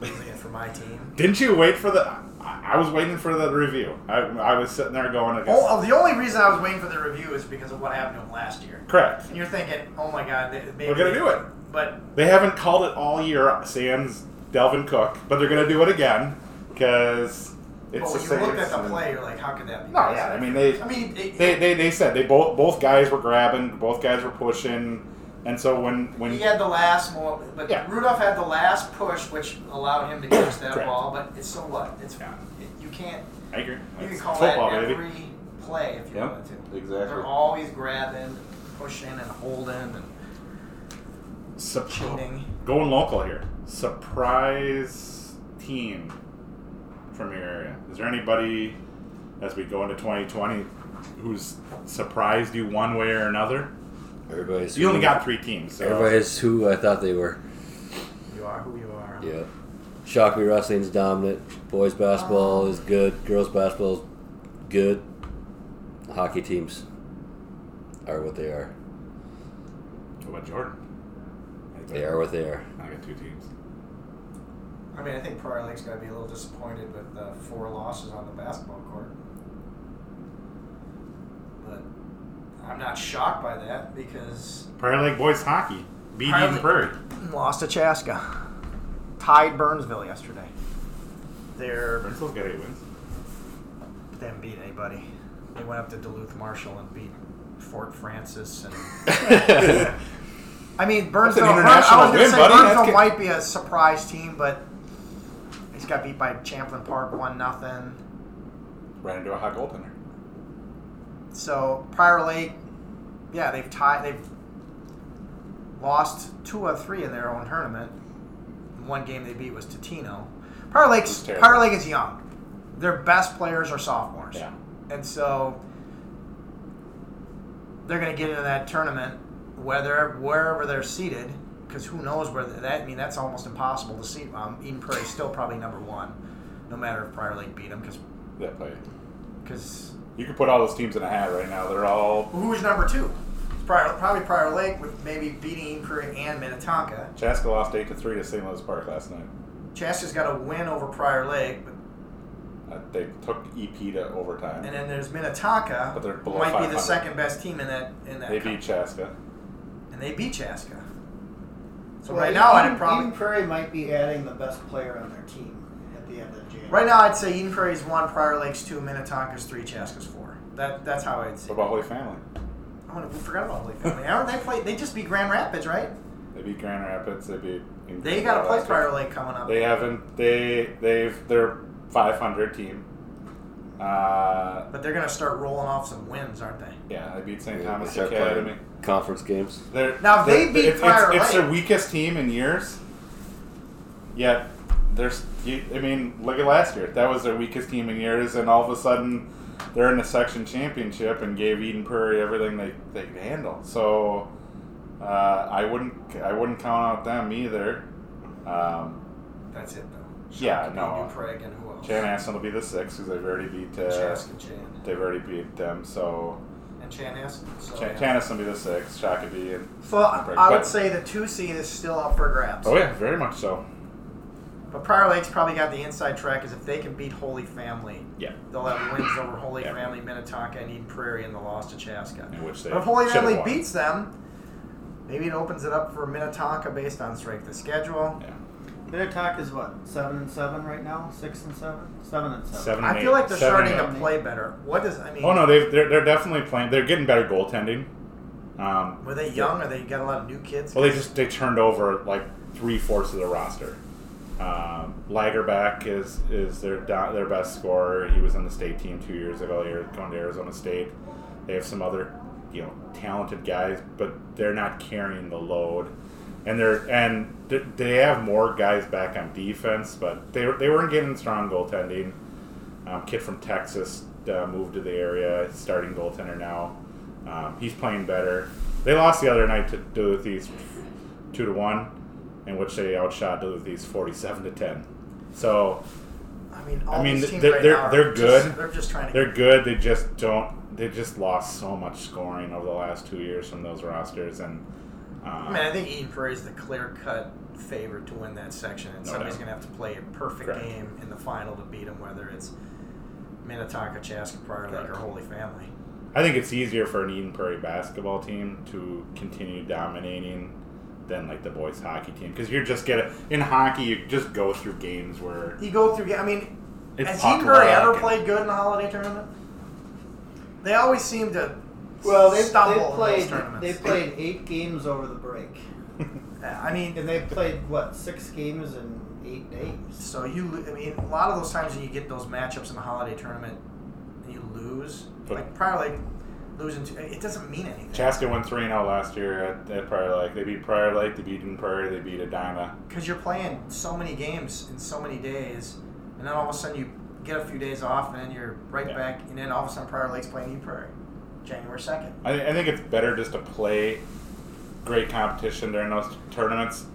C: losing it for my team.
A: Didn't you wait for the? I, I was waiting for the review. I, I was sitting there going, I guess,
C: Oh, the only reason I was waiting for the review is because of what happened to them last year.
A: correct.
C: And you're thinking, oh my God, they, maybe
A: We're gonna do it.
C: But
A: They haven't called it all year, sans Delvin Cook, but they're gonna do it again because it's the
C: but when you
A: same.
C: looked at the play, you're like, how could that be?
A: No,
C: possible?
A: yeah, I mean, they-
C: I mean, it,
A: They, they, they said they both both guys were grabbing, both guys were pushing, and so when when
C: He had the last moment, but
A: Yeah.
C: Rudolph had the last push, which allowed him to catch that
A: Correct.
C: ball. But it's so what? It's
A: Yeah.
C: it- you can't
A: I agree,
C: you can
A: It's
C: call
A: football,
C: that
A: baby.
C: every play if you
E: Yep,
C: wanted to.
E: exactly.
C: They're always grabbing, pushing, and holding, and
A: Surpri-
C: cheating.
A: Going local here. Surprise team from your area. Is there anybody as we go into 2020 who's surprised you one way or another?
D: Everybody's
A: You only
D: who-
A: got three teams. So.
D: Everybody's who I thought they were.
C: You are who you are.
D: Yeah. Shock me wrestling's dominant. Boys basketball is good. Girls basketball is good. Hockey teams are what they are.
A: What about Jordan?
D: They are what they are.
A: I got two teams.
C: I mean, I think Prior Lake's got to be a little disappointed with the four losses on the basketball court. But I'm not shocked by that because
A: Prairie Lake boys hockey. Beat
C: Prairie-
A: Eden Prairie.
C: Lost to Chaska. Tied Burnsville yesterday. They're
A: Burnsville's got eight wins.
C: they haven't beat anybody. They went up to Duluth Marshall and beat Fort Francis and I mean Burnsville.
E: That's an
C: I was
E: international
C: gonna
E: win,
C: say
E: buddy. That's
C: Burnsville
E: good.
C: might be a surprise team, but he's got beat by Champlin Park one nothing.
E: ran into a hot goaltender.
C: So Prior Lake, yeah, they've tied. They've lost two or three in their own tournament. One game they beat was Tatino. Prior Lake's
E: It was terrible.
C: Prior Lake is young. Their best players are sophomores,
E: Yeah.
C: and so they're going to get into that tournament whether wherever they're seated. Because who knows where th- that? I mean, that's almost impossible to see. Um, Eden Prairie's still probably number one, no matter if Prior Lake beat them. Because
E: That play.
C: because
E: You could put all those teams in a hat right now. They're all
C: who's number two? Prior, probably Prior Lake with maybe beating Korea and Minnetonka.
A: Chaska lost eight to three to St. Louis Park last night.
C: Chaska's got a win over Prior Lake, but
A: Uh, they took EP to overtime.
C: and then there's Minnetonka,
A: But they're
C: who
A: below
C: might be the
A: 500.
C: second best team in that in that.
A: they
C: cup.
A: beat Chaska.
C: and they beat Chaska. So
B: Well,
C: right now, I'd
B: Eden-
C: probably
B: Eden Prairie might be adding the best player on their team at the end of January.
C: right now I'd say Eden Prairie's one, Prior Lake's two, Minnetonka's three, Chaska's four. That that's how I'd say.
A: What
C: it.
A: about Holy Family?
C: I wanna- we forgot about Holy Family. Aren't they play? They just beat Grand Rapids, right?
A: They beat Grand Rapids. They beat.
C: They got to play
A: last week.
C: Prior Lake coming up.
A: They haven't. They they've they're 500 team. Uh,
C: But they're gonna start rolling off some wins, aren't they?
A: yeah, they beat St.
D: They
A: Thomas
D: start
A: Academy.
D: playing conference games.
A: They're,
C: Now, if they
A: they're-
C: beat
A: it's,
C: Prior
A: it's, it's their
C: Lake-
A: weakest team in years. Yet there's, you, I mean, look at last year. That was their weakest team in years, and all of a sudden they're in the section championship and gave Eden Prairie everything they, they could handle. So uh, I wouldn't I wouldn't count out them either. Um,
C: That's it though.
A: Yeah,
C: Shock,
A: no.
C: New Prague, and who else?
A: Chan Aston will be the sixth because they've already beat uh,
C: Chaska Chan
A: they've already beat them. So
C: and Chan has. So,
A: Chan
C: yeah.
A: Chan Aston will be the sixth. Shakopee and
C: So I I
A: But-
C: would say the two seed is still up for grabs.
A: oh yeah, very much so.
C: But Prior Lake's probably got the inside track. Is if they can beat Holy Family,
A: Yeah,
C: they'll have wins over Holy
A: Yeah.
C: Family, Minnetonka, and Eden Prairie, and the loss to Chaska.
A: in which they
C: But if Holy
A: should've
C: Family
A: won.
C: beats them, maybe it opens it up for Minnetonka based on strength of schedule.
A: Yeah.
B: Minnetonka is what seven and seven right now, six and seven, seven and seven.
A: Seven. and
C: I feel
A: eight.
C: like they're
A: Seven
C: starting
A: and
C: to
B: eight.
C: play better. What does I mean?
A: eight. Oh no, they've, they're they're definitely playing. They're getting better goaltending. Um,
C: Were they young? Or they got a lot of new kids?
A: well, they just they turned over like three fourths of the roster. Um, Lagerback is is their do- their best scorer. He was on the state team two years ago. Here going to Arizona State. They have some other you know talented guys, but they're not carrying the load. And they're and th- they have more guys back on defense, but they were- they weren't getting strong goaltending. Um, kid from Texas uh, moved to the area, starting goaltender now. Um, he's playing better. They lost the other night to Duluth East two to one, in which they outshot Duluth East forty-seven to ten. So
C: I mean, all
A: I mean,
C: these teams
A: they're-
C: right
A: they're-
C: now are
A: they're
C: just-
A: good.
C: they're just trying to.
A: they're good. They just don't. They just lost so much scoring over the last two years from those rosters, and
C: I mean, I
A: uh,
C: think Eden Prairie is the clear-cut favorite to win that section, and
A: No
C: somebody's
A: doubt.
C: going to have to play a perfect
A: Oh, Correct.
C: game in the final to beat them, whether it's Minnetonka, Chaska, Prior Lake, or
A: Correct.
C: Holy Family.
A: I think it's easier for an Eden Prairie basketball team to continue dominating than like the boys hockey team because you're just gonna in hockey you just go through games where
C: You go through. I mean,
A: It's
C: has
A: puck
C: Eden Prairie
A: luck
C: ever
A: and-
C: played good in the holiday tournament? They always seem to
B: Well, they,
C: stumble
B: they
C: in
B: played
C: those tournaments.
B: they played eight games over the break,
C: I mean,
B: and they played what six games in eight days.
C: so you. lo- I mean, a lot of those times when you get those matchups in the holiday tournament, and you lose,
A: But-
C: like Prior Lake losing, to, it doesn't mean anything.
A: Chaska went three and zero last year at, at Prior Lake. They beat Prior Lake. They beat Eden Prairie. They beat Edina.
C: because you're playing so many games in so many days, and then all of a sudden you get a few days off, and then you're right
A: Yeah.
C: back, and then all of a sudden Prior Lake's playing Eden Prairie, January second.
A: I, I think it's better just to play great competition during those tournaments,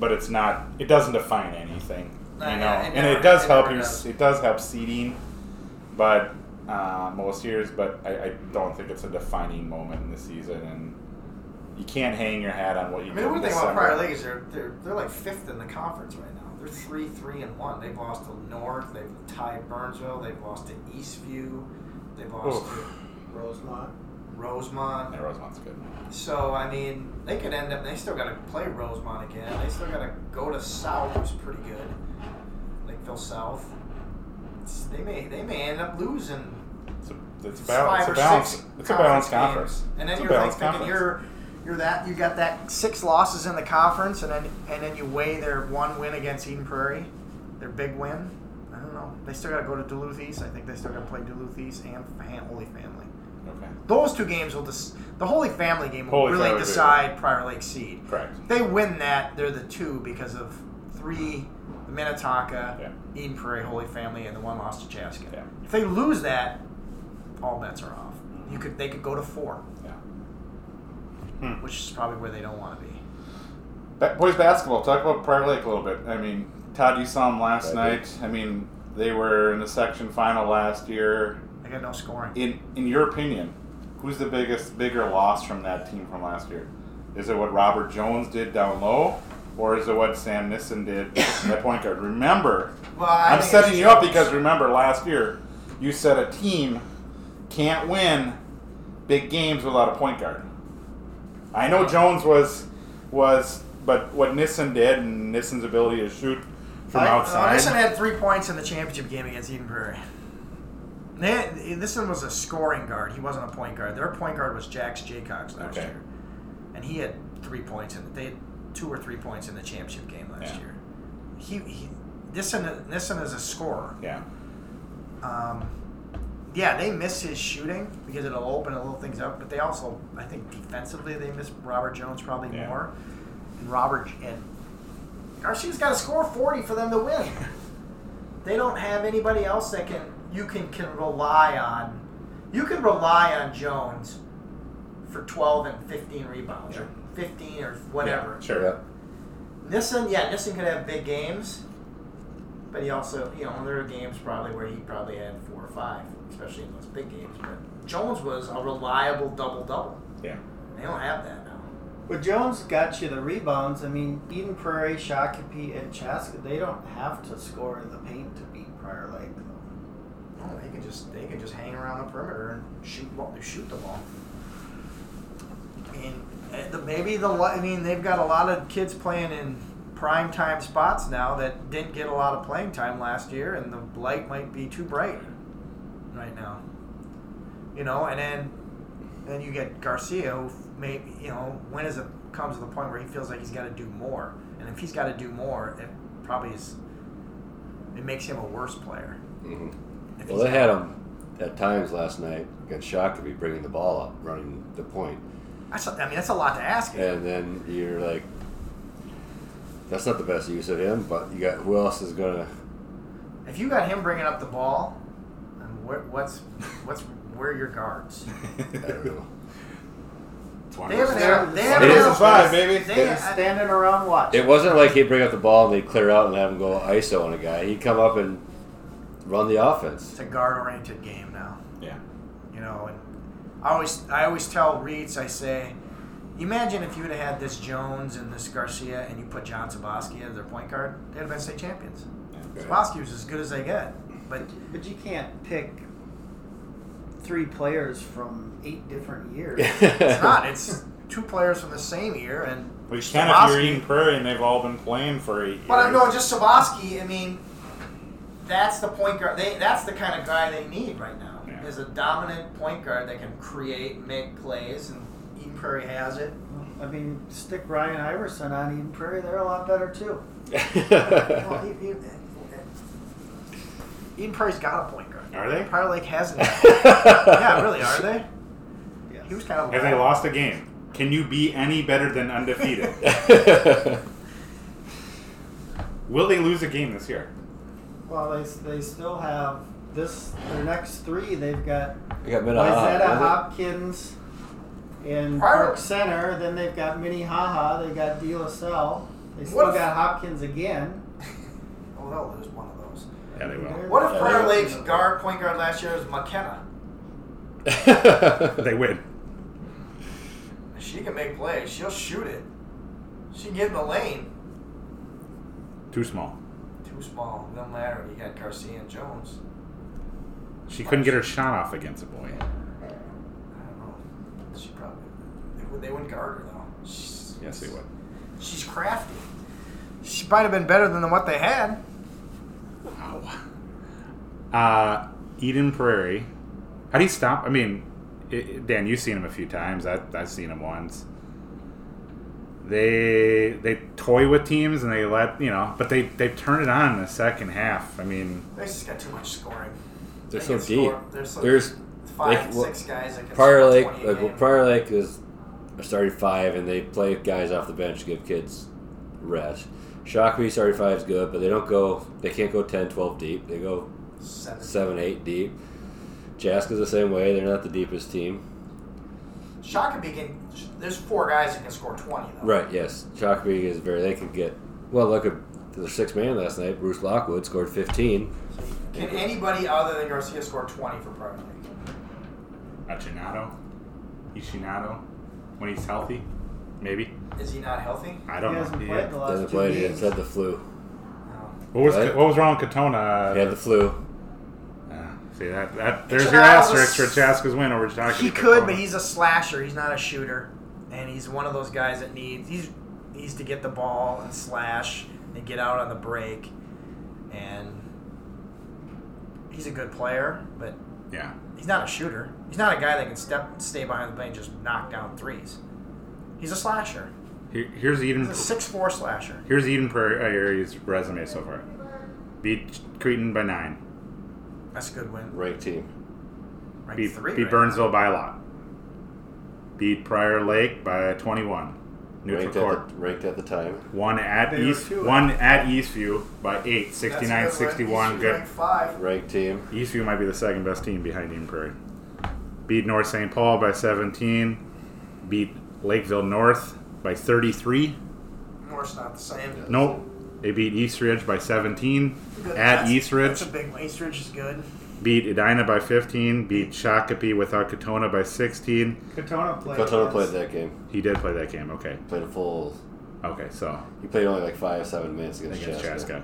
A: but it's not. It doesn't define anything,
C: No,
A: you know.
C: yeah, it
A: and
C: never-
A: it does
C: it
A: help
C: never
A: your.
C: does.
A: It does help seeding, but uh, most years. But I, I don't think it's a defining moment in the season, and you can't hang your hat on what you
C: I
A: did.
C: mean,
A: in
C: one thing about
A: December.
C: Prior Lake is they're, they're they're like fifth in the conference right now. They're three three and one. They've lost to North. They've tied Burnsville. They've lost to Eastview. They've lost
A: Oof.
B: Rosemont.
C: to Rosemont.
A: Yeah, Rosemont's good.
C: So I mean, they could end up. They still got to play Rosemont again. They still got to go to South, who's pretty good. Lakeville South. It's, they may they may end up losing
A: It's a, it's a balance. It's a
C: five or
A: balance.
C: six
A: It's a balanced
C: games.
A: conference.
C: And then
A: It's a
C: you're like
A: balanced
C: thinking
A: conference.
C: you're you're that you got that six losses in the conference, and then and then you weigh their one win against Eden Prairie, their big win. I don't know. They still got to go to Duluth East. I think they still got to play Duluth East and Fa- Holy Family.
A: Okay.
C: Those two games will dis- the Holy Family game will
A: Holy
C: really
A: Family,
C: decide Prior Lake seed.
A: Correct.
C: If they win that, they're the two because of three, the Minnetonka, Eden Prairie, Holy Family, and the one loss to Chaska.
A: Yeah.
C: If they lose that, all bets are off. You could they could go to four,
A: Yeah.
C: which is probably where they don't want to be.
A: Ba- boys basketball. Talk about Prior Lake a little bit. I mean, Todd, you saw them last
D: I
A: night. I mean, they were in the section final last year.
C: They got no scoring.
A: In in your opinion, Who's the biggest, bigger loss from that team from last year? Is it what Robert Jones did down low, or is it what Sam Nissen did at point guard? Remember,
C: Well, I
A: I'm
C: think
A: setting
C: it's
A: you up
C: Jones.
A: because remember last year, you said a team can't win big games without a point guard. I know Jones was was, but what Nissen did and Nissen's ability to shoot from
C: I-
A: outside.
C: Anderson had three points in the championship game against Eden Prairie. They- This one was a scoring guard. He wasn't a point guard. Their point guard was Jax Jacobs last
A: Okay.
C: year, and he had three points. In they had two or three points in the championship game last
A: Yeah.
C: year. He, he this one, this one is a scorer.
A: yeah,
C: Um, yeah, they miss his shooting because it'll open a little things up. But they also, I think, defensively they miss Robert Jones probably
A: Yeah.
C: more. And Robert and Garcia's got to score forty for them to win. they don't have anybody else that can you can can rely on. You can rely on Jones for twelve and fifteen rebounds or fifteen or whatever.
A: sure.
D: Yep.
C: Nissen, yeah, Nissen could have big games, but he also, you know, there are games probably where he probably had four or five, especially in those big games. But Jones was a reliable double double.
A: Yeah.
C: They don't have that now.
B: But Jones got you the rebounds. I mean, Eden Prairie, Shakopee, and Chaska, they don't have to score in the paint to beat Prior Lake, though.
C: Oh, they can just they can just hang around the perimeter and shoot ball, shoot the ball. I mean, eh, the, maybe the li- I mean they've got a lot of kids playing in prime time spots now that didn't get a lot of playing time last year, and the light might be too bright right now. You know, and then then you get Garcia, who maybe you know when is it comes to the point where he feels like he's got to do more, and if he's got to do more, it probably is it makes him a worse player.
D: hmm
C: If
D: Well,
C: he's
D: they had him at times last night. Got shocked to be bringing the ball up, running the point,
C: That's a, I mean, that's a lot to ask. him.
D: and then you're like, that's not the best use of him. But you got who else is gonna?
C: If you got him bringing up the ball, then wh- what's what's where are your guards?
D: I don't know.
F: Twenty.
C: They haven't had- they haven't
A: It
D: It
A: is
D: is
A: a
D: a
A: five, baby.
C: They,
B: They're
C: I,
B: standing around watching.
D: It wasn't like he'd bring up the ball and they'd clear out and have him go ISO on a guy. He'd come up and run the offense.
C: it's a guard-oriented game now,
A: Yeah.
C: you know. And I always I always tell Reeds, I say, imagine if you would have had this Jones and this Garcia, and you put John Saboski as their point guard, they'd have been state champions. Saboski was as good as they get, but
B: But you can't pick three players from eight different years.
C: it's not. It's two players from the same year, and
A: Well, you can if you're
C: Slavosky-
A: eating prairie and they've all been playing for eight years.
C: But I'm no, just Savoski. I mean, that's the point guard. They, that's the kind of guy they need right now.
A: Yeah.
C: Is a dominant point guard that can create, make plays, and Eden Prairie has it.
B: I mean, stick Ryan Iverson on Eden Prairie, they're a lot better, too.
C: Well, he, he, Eden Prairie's got a point guard.
F: Are they?
C: Prior Lake hasn't. yeah,
D: yeah,
C: really, are they?
B: Yes.
C: He was kind of.
F: Have they lost a game? Can you be any better than undefeated? Will they lose a game this year?
B: Well, they, they still have this, their next three, they've got
D: I got
B: Wayzata,
D: Minnehaha.
B: Hopkins, and
C: Prior-
B: Park Center. Then they've got Minnehaha. They got De La Salle. They still
C: What if-
B: got Hopkins again.
C: Oh, they'll lose one of those.
F: Yeah, they will.
C: What if Prior Lake's guard point guard last year was McKenna?
D: wasn't it?
F: They win.
C: She can make plays. She'll shoot it. She can get in the lane.
F: Too small.
C: Too small. No matter. You got Garcia and Jones.
F: She couldn't get her shot off against a boy.
C: I don't know. She probably they, would- they wouldn't guard her though. She's,
F: Yes, they would.
C: She's crafty. She might have been better than what they had.
F: Ow. Uh, Eden Prairie. How do you stop? I mean, i i- Dan, you've seen him a few times. I, I've seen him once. They they toy with teams and they let you know, but they they turn it on in the second half. I mean,
C: They just got too much scoring.
D: They're
C: They
D: so
C: can
D: deep.
C: score- they're so-
D: There's
C: Five,
D: Like, well,
C: six guys that can
D: Prior
C: score
D: Lake.
C: 20 a
D: Like, well,
C: game.
D: Prior Lake is a starting five, and they play guys off the bench to give kids rest. Shockley starting five is good, but they don't go. They can't go 10, 12 deep. They go
C: Seven.
D: seven, eight deep. Jaska's the same way. They're not the deepest team.
C: Shockaby can. There's four guys that can score twenty though.
D: Right. Yes. Shockley is very. They could get. Well, look at the six man last night. Bruce Lockwood scored fifteen.
C: Can anybody other than Garcia score twenty for Prior Lake?
F: Machinato. Ishinato when he's healthy? Maybe.
C: Is he not healthy?
F: I
B: He
F: don't
B: hasn't
F: know.
B: played the
D: Doesn't
B: last two
D: play it.
B: games.
D: It's had the flu.
C: No.
F: What was
D: What?
F: what was wrong with Katona?
D: He had the flu.
F: Uh, see that that there's
C: It's
F: your
C: not a
F: asterisk for
C: s-
F: Chaska's win over Chaska.
C: He could, but he's a slasher. He's not a shooter, and he's one of those guys that needs he's needs to get the ball and slash and get out on the break, and he's a good player, but
F: yeah.
C: he's not a shooter. He's not a guy that can step stay behind the plane and just knock down threes. He's a slasher.
F: Here, here's Eden.
C: He's a six four slasher.
F: Here's Eden Prairie's resume so far. Beat Creighton by nine.
C: That's a good win.
D: Ranked team.
C: Ranked
F: Beat,
C: three.
F: beat
C: right?
F: Burnsville by a lot. Beat Prior Lake by 21. Neutral
D: Ranked
F: court.
D: at, the, ranked at the time.
F: One at
B: They were
F: East.
B: two.
F: One at Eastview by eight.
C: That's a
F: 69
C: good win.
F: 61.
C: He's
F: Good.
C: ranked five.
D: Ranked team.
F: Eastview might be the second best team behind Eden Prairie. Beat North St. Paul by 17. Beat Lakeville North by 33.
C: Moore's not the same.
F: Nope. They beat East Ridge by 17.
C: Good.
F: At
C: That's-
F: East
C: That's
F: Ridge.
C: a big one. East Ridge is good.
F: Beat Edina by 15. Beat Shakopee without Katona by 16.
B: Katona played.
D: Cotona
B: this.
D: played that game.
F: He did play that game. Okay.
D: Played a full.
F: Okay. So
D: He played only like five, seven minutes against,
F: against
D: Chaska.
F: Chaska.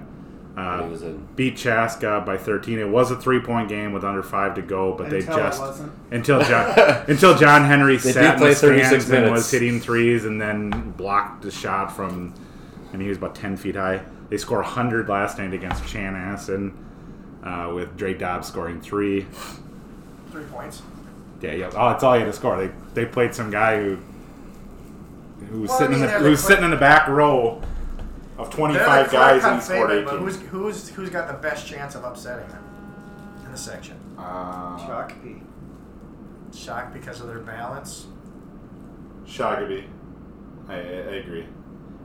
D: And he
F: Uh,
D: was in.
F: beat Chaska by 13. It was a three point game with under five to go, but
B: Until
F: they just.
B: it wasn't.
F: Until John, until John Henry
D: They
F: sat in the
D: did play 36
F: stands and was
D: minutes.
F: hitting threes and then blocked the shot from, I mean, he was about 10 feet high. They score 100 last night against Chanhassen uh, with Dre Dobbs scoring three.
C: Three points.
F: Yeah, yeah. Oh, it's all you had to score. They they played some guy who who was
C: Well, I
F: sitting
C: mean,
F: in the
C: they're
F: who
C: the
F: was
C: cl-
F: sitting in the back row of twenty five guys and he scored
C: but who's,
F: eighteen.
C: who's who's got the best chance of upsetting them in the section?
F: Uh,
B: Shakopee.
C: Shock because of their balance.
A: Shagaby. I, I I agree.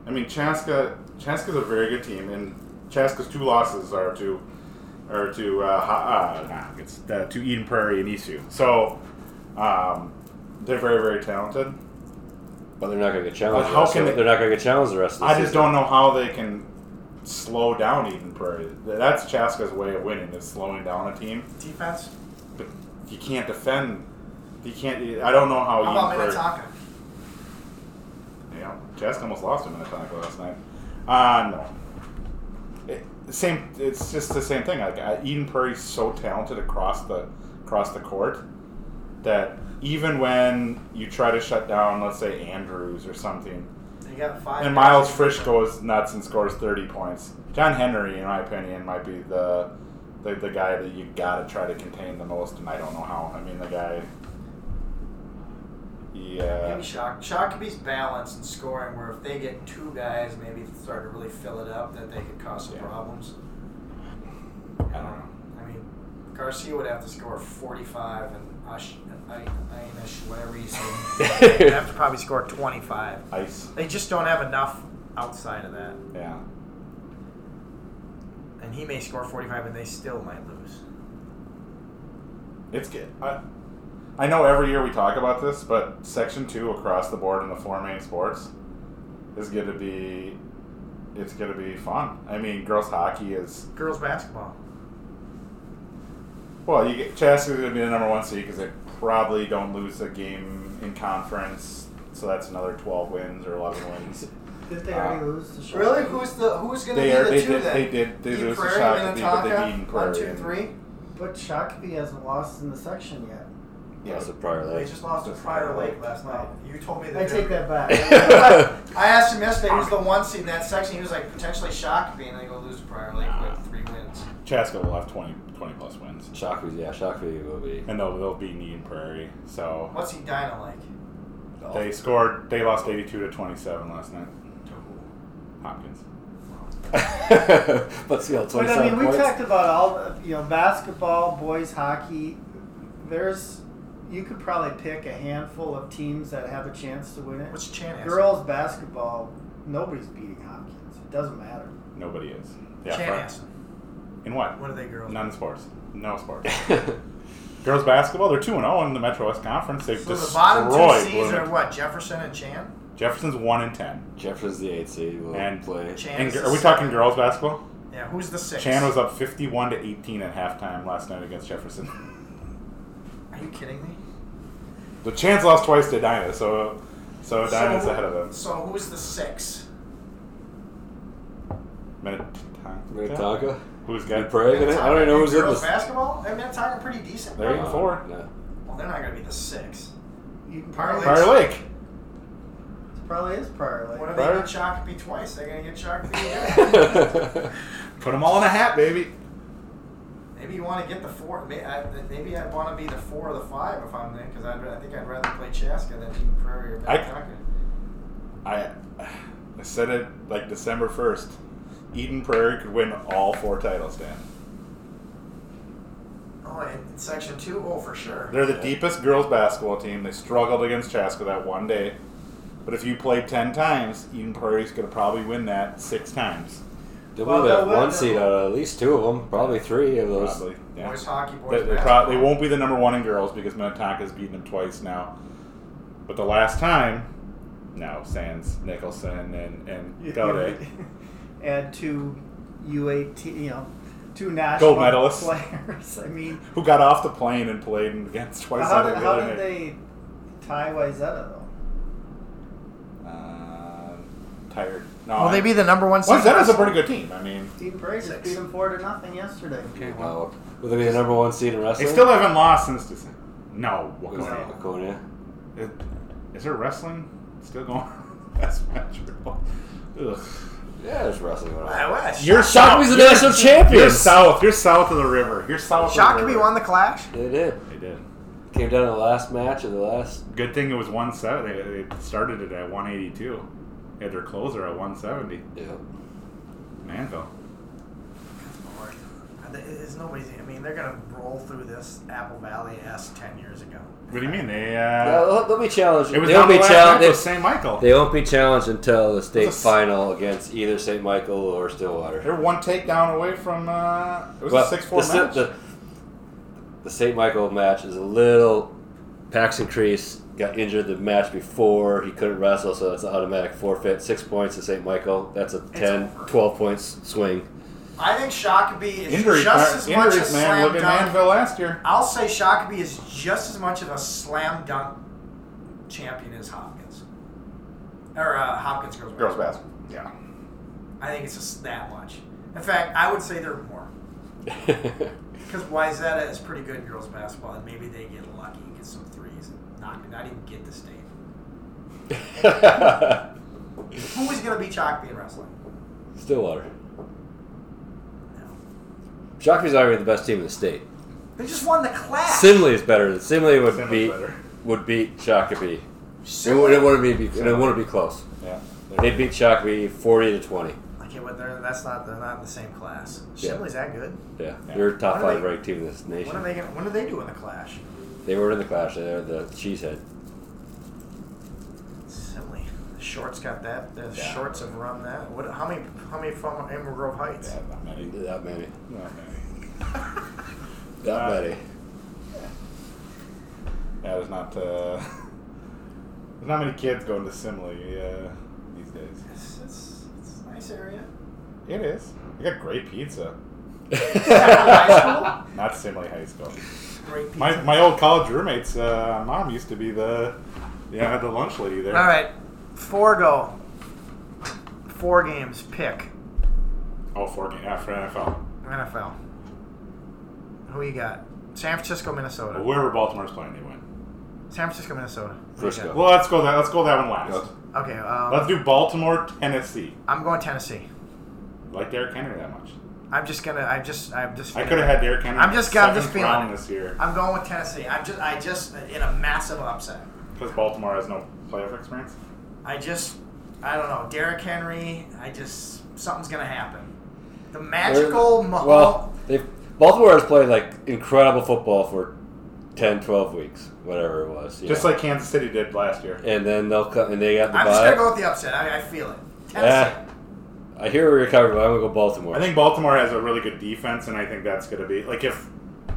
A: I mean, Chaska. Chaska's a very good team, and Chaska's two losses are to are to uh, ha,
F: ah, it's uh, to Eden Prairie and Isu.
A: uh, so um, they're very very talented.
D: But they're not going to get challenged.
A: But
D: the
A: how
D: rest
A: can
D: of-
A: they-
D: they're not going to get challenged the rest of the
A: I just
D: season.
A: don't know how they can slow down Eden Prairie. That's Chaska's way of winning is slowing down a team.
C: Defense.
A: But you can't defend. You can't. I don't know how.
C: How about
A: Eden Prairie,
C: Minnetonka?
A: Yeah, Chaska almost lost to Minnetonka last night. Uh, no. It, same. It's just the same thing. Like uh, Eden Prairie's so talented across the across the court that even when you try to shut down, let's say Andrews or something,
C: They got five.
A: and Miles Frisch goes nuts and scores 30 points. John Henry, in my opinion, might be the the, the guy that you got to try to contain the most, and I don't know how. I mean, the guy. uh,
C: Maybe
A: Yeah.
C: Shock. Shock could be balanced in scoring, where if they get two guys, maybe start to really fill it up, that they could cause some
A: Yeah.
C: problems.
A: I don't know.
C: I mean, Garcia would have to score 45, and Ash, I, I, Ainish, whatever he's saying, would have to probably score 25.
A: Ice.
C: They just don't have enough outside of that.
A: Yeah.
C: And he may score 45, and they still might lose.
A: It's good. I, I know every year we talk about this, but Section 2 across the board in the four main sports is going to be. It's going to be fun. I mean, girls hockey is.
C: Girls basketball.
A: Well, you get, Chaska's going to be the number one seed because they probably don't lose a game in conference, so that's another twelve wins or eleven wins.
B: Did they
A: Uh,
B: already lose to Shakopee?
C: the who's gonna
A: they are, they did they did they
C: Eden
A: lose to
C: Prairie,
A: Shakopee, but they
C: Minnetonka,
A: beat Eden
C: one,
A: Prairie.
C: two,
A: and-
C: three.
B: But Shakopee hasn't lost in the section yet.
A: Yeah,
D: That's a prior
C: They
D: leg.
C: just lost to Prior Lake last night. You told me that.
B: I take that back.
C: I asked him yesterday who's the one seed in that section. He was like potentially Shakopee, and they go lose to Prior Lake with three wins.
A: Chaska will have 20, 20 plus wins,
D: Shockley, yeah, Shockley will be.
A: and they'll they'll beat Eden Prairie. So
C: What's he dyna like?
A: they scored. They lost eighty two to twenty seven last night. Hopkins.
D: Let's see how 27
B: But I mean, we
D: points.
B: talked about all the- you know basketball, boys hockey. There's you could probably pick a handful of teams that have a chance to win it.
C: What's Chan ask?
B: Girls basketball, nobody's beating Hopkins. It doesn't matter.
A: Nobody is. Yeah.
C: Chan
A: for-
C: asked him,
A: in what?
C: What are they girls?
A: None sports. No sports. Girls basketball. They're two and zero in the Metro West Conference. They've
C: So the
A: destroyed.
C: bottom two seeds
A: Bloomington.
C: are what? Jefferson and Chan.
A: Jefferson's one and ten.
D: Jefferson's the eight seed. Will
A: And-
D: play.
C: Chan.
A: And
C: is the
A: are we
C: seven.
A: talking girls basketball?
C: Yeah. Who's the six?
A: Chan was up fifty-one to eighteen at halftime last night against Jefferson.
C: Are you kidding me?
A: The Chance lost twice to Dinah, so so Dinah's ahead of them.
C: So who's the six?
A: Minnetonka.
D: Minnetonka?
A: Who's
D: You
A: got
D: praying in it? I don't even know who's in
C: Girls
D: this.
C: basketball? I mean, that's talking pretty decent.
A: There you go.
C: Well,
A: Four.
D: No.
C: they're not going to be the six.
B: You can
C: Prior
B: parlay.
A: Prior Lake.
B: It probably is prior
C: What if
B: lake.
C: they
A: Prior-
C: get Shakopee twice? They're going to get Shakopee again.
A: Put them all in a hat, baby.
C: Maybe you want to get the four. Maybe I, maybe I want to be the four or the five if I'm there because I think I'd rather play Chaska than Eden Prairie or
A: I-
C: Minnetonka.
A: I I said it like December first. Eden Prairie could win all four titles, Dan.
C: Oh, in, in section two? Oh, for sure.
A: They're the deepest girls basketball team. They struggled against Chaska that one day. But if you played ten times, Eden Prairie's gonna probably win that six times.
D: They'll
B: Well,
D: be
B: they'll
D: that
B: win,
D: one
B: they'll
D: seed
B: win.
D: out of at least two of them, probably three of those.
A: Probably. Yeah.
C: Boys hockey, boys
A: They, they,
C: basketball.
A: pro- they won't be the number one in girls because Minnetonka's beaten them twice now. But the last time, no, Sands, Nicholson, and, and Gaudet.
B: Add two UAT, you know, two national
A: Gold medalists.
B: players. I mean,
A: who got off the plane and played against twice
B: how
A: on
B: did,
A: the
B: how
A: other
B: did
A: night.
B: they tie Wyzetta though?
A: Um, tired. No,
C: Will they
A: I-
C: be the number one
A: Well,
C: seed?
A: that is a pretty good team. I mean,
B: Dean Prairie just
C: Six.
B: beat him four to nothing yesterday.
D: Well, Uh, will they be the number one seed in
A: they
D: wrestling?
A: still haven't lost since December. No,
D: It was
A: Waconia.
D: Waconia.
A: It- Is there wrestling still going? on? That's miserable. Ugh.
D: Yeah, there's wrestling going on.
C: I wish.
A: You're
D: Shockey's the
A: you're-
D: national champion.
A: You're south. You're south of the river. You're south. of the
C: Shakopee
A: river.
C: won the clash.
D: They did.
A: They did.
D: Came down to the last match of the last.
A: Good thing it was one seven. They, they started it at 182. They had their closer at 170.
D: Yeah.
A: Manville.
C: Lord. Uh, There's nobody. I mean, they're gonna roll through this Apple Valley S ten years ago.
A: What do you mean? They. Uh,
D: Now, let- let me challenge you.
A: it was
D: They won't
A: down the
D: be
A: last match with
D: challenged. They,
A: St. Michael.
D: they won't be challenged until the state
A: This is-
D: final against either St. Michael or Stillwater.
A: They're one takedown away from. Uh, it was
D: Well,
A: a six four
D: the,
A: match.
D: The, the St. Michael match is a little. Paxton Crease got injured the match before. He couldn't wrestle, so that's an automatic forfeit. Six points to St. Michael. That's a 10,
C: over.
D: 12 points swing.
C: I think Shakopee is
A: injury,
C: just
A: par-
C: as much a
A: injuries, man.
C: slam
A: Look at
C: dunk.
A: Manville last year.
C: I'll say Shakopee is just as much of a slam dunk champion as Hopkins, or uh, Hopkins girls
A: Girls
C: basketball.
A: basketball. Yeah.
C: I think it's just that much. In fact, I would say they're more because Wyzetta is pretty good in girls basketball, and maybe they get lucky and get some threes and not not even get the state. Who is gonna be Shakopee in wrestling?
D: Stillwater.
C: No.
D: Shockey's already the best team in the state.
C: They just won the class.
D: Simley is better. Simley would
A: Simley's
D: beat
A: better.
D: would beat Shakopee. It,
C: Simley-
D: would, it wouldn't be. It wouldn't be close.
A: Yeah.
D: They beat Shakopee forty to twenty.
C: Okay, but they're that's not they're not in the same class.
D: Yeah.
C: Shibley's that good.
D: Yeah,
A: Yeah.
D: they're top
C: What are
D: five
C: they-
D: ranked team in this
C: When
D: nation.
C: are they gonna, when are they doing the clash?
D: They were in the clash. They're the cheesehead.
C: Simley. The shorts got that. The
A: Yeah.
C: shorts have run that. What? How many? How many from Emerald Grove Heights?
A: Yeah, not many.
D: That many.
A: Not many.
D: That
A: Uh,
D: many.
A: Yeah, there's not. Uh, there's not many kids going to Simley uh, these days.
C: It's, it's, it's a nice area.
A: It is. They got great pizza.
C: High
A: Not Simley High School.
C: school. Great pizza.
A: My, my old college roommate's uh, mom used to be the yeah the lunch lady there.
C: All right, four go. Four games. Pick
A: Oh, four game yeah, for NFL.
C: NFL. Who you got? San Francisco, Minnesota.
A: Whoever Baltimore's playing, they win.
C: San Francisco, Minnesota. Who you
D: Frisco.
A: Well, let's go that. Let's go that one last.
D: Yeah.
C: got? Okay. Um,
A: Let's do Baltimore, Tennessee.
C: I'm going Tennessee.
A: Like Derrick Henry that much.
C: I'm just gonna. I just. I'm just.
A: I could have had Derrick Henry.
C: I'm just got- I'm
A: seventh
C: just feeling
A: round
C: it.
A: this year
C: I'm going with Tennessee. I'm just. I just in a massive upset.
A: because Baltimore has no playoff experience.
C: I just. I don't know. Derrick Henry. I just. Something's gonna happen. The magical.
D: They're-
C: Mah-
D: Well, they Baltimore has played like incredible football for 10, 12 weeks, whatever it was. you
A: Just
D: know.
A: like Kansas City did last year.
D: and then they'll come and they got the
C: I'm just
D: bye.
C: gonna go with the upset. I, I feel it. Tennessee.
D: yeah. I hear we're recovered, but I'm gonna go Baltimore.
A: I think Baltimore has a really good defense, and I think that's going to be like if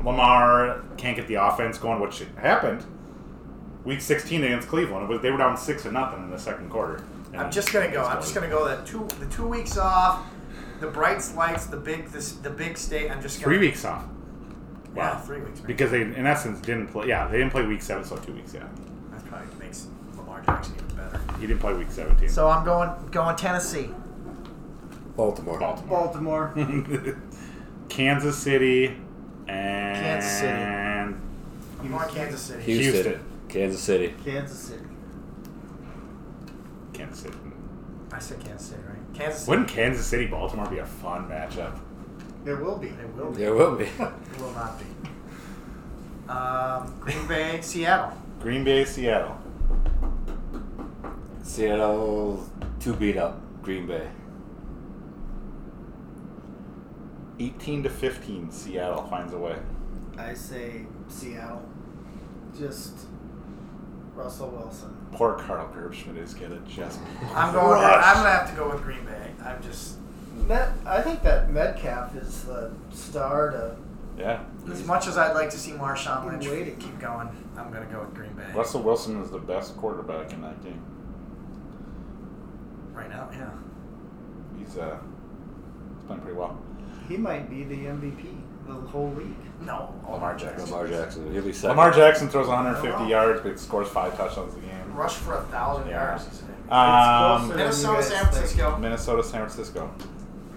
A: Lamar can't get the offense going, which happened week 16 against Cleveland. It was, they were down six to nothing in the second quarter.
C: I'm just gonna go. I'm just gonna go that two. The two weeks off. The bright lights. The big. This. The big state. I'm just gonna.
A: three weeks off
C: Yeah, three weeks. man.
A: because they, in essence, didn't play. Yeah, they didn't play week seven, so two weeks. Yeah,
C: That probably makes Lamar Jackson even better.
A: He didn't play week 17.
C: So I'm going going Tennessee.
D: Baltimore.
A: Baltimore.
B: Baltimore.
A: Kansas City and
C: Kansas City. I'm going Kansas City.
D: Houston.
A: Houston.
D: Kansas City.
B: Kansas City.
A: Kansas City.
C: I said Kansas City, right? Kansas City.
A: Wouldn't Kansas City Baltimore be a fun matchup?
B: It will be.
C: It will be.
D: There will be.
C: It will not be. Um, Green Bay, Seattle.
A: Green Bay, Seattle.
D: Seattle two beat up Green Bay.
A: 18 to 15, Seattle finds a way.
B: I say Seattle. Just Russell Wilson.
A: Poor Carl Gerbschmidt is gonna just.
C: I'm going. I'm
A: crushed.
C: gonna have to go with Green Bay. I'm just.
B: Met, I think that Metcalf is the star to.
A: Yeah.
C: As much as I'd like to see Marshawn Lynch
B: Been waiting.
C: keep going, I'm gonna go with Green Bay.
A: Russell Wilson is the best quarterback in that game.
C: Right now, yeah.
A: He's uh, he's playing pretty well.
B: He might be the MVP the whole league.
C: No,
A: Lamar Jackson.
D: Lamar Jackson. He'll be second.
A: Lamar Jackson throws 150
C: Oh.
A: yards, but scores five touchdowns a game.
C: Rush for a thousand
A: Yeah.
C: yards. He's an MVP.
A: Um,
B: closer.
C: Minnesota, San Francisco.
A: Minnesota, San Francisco.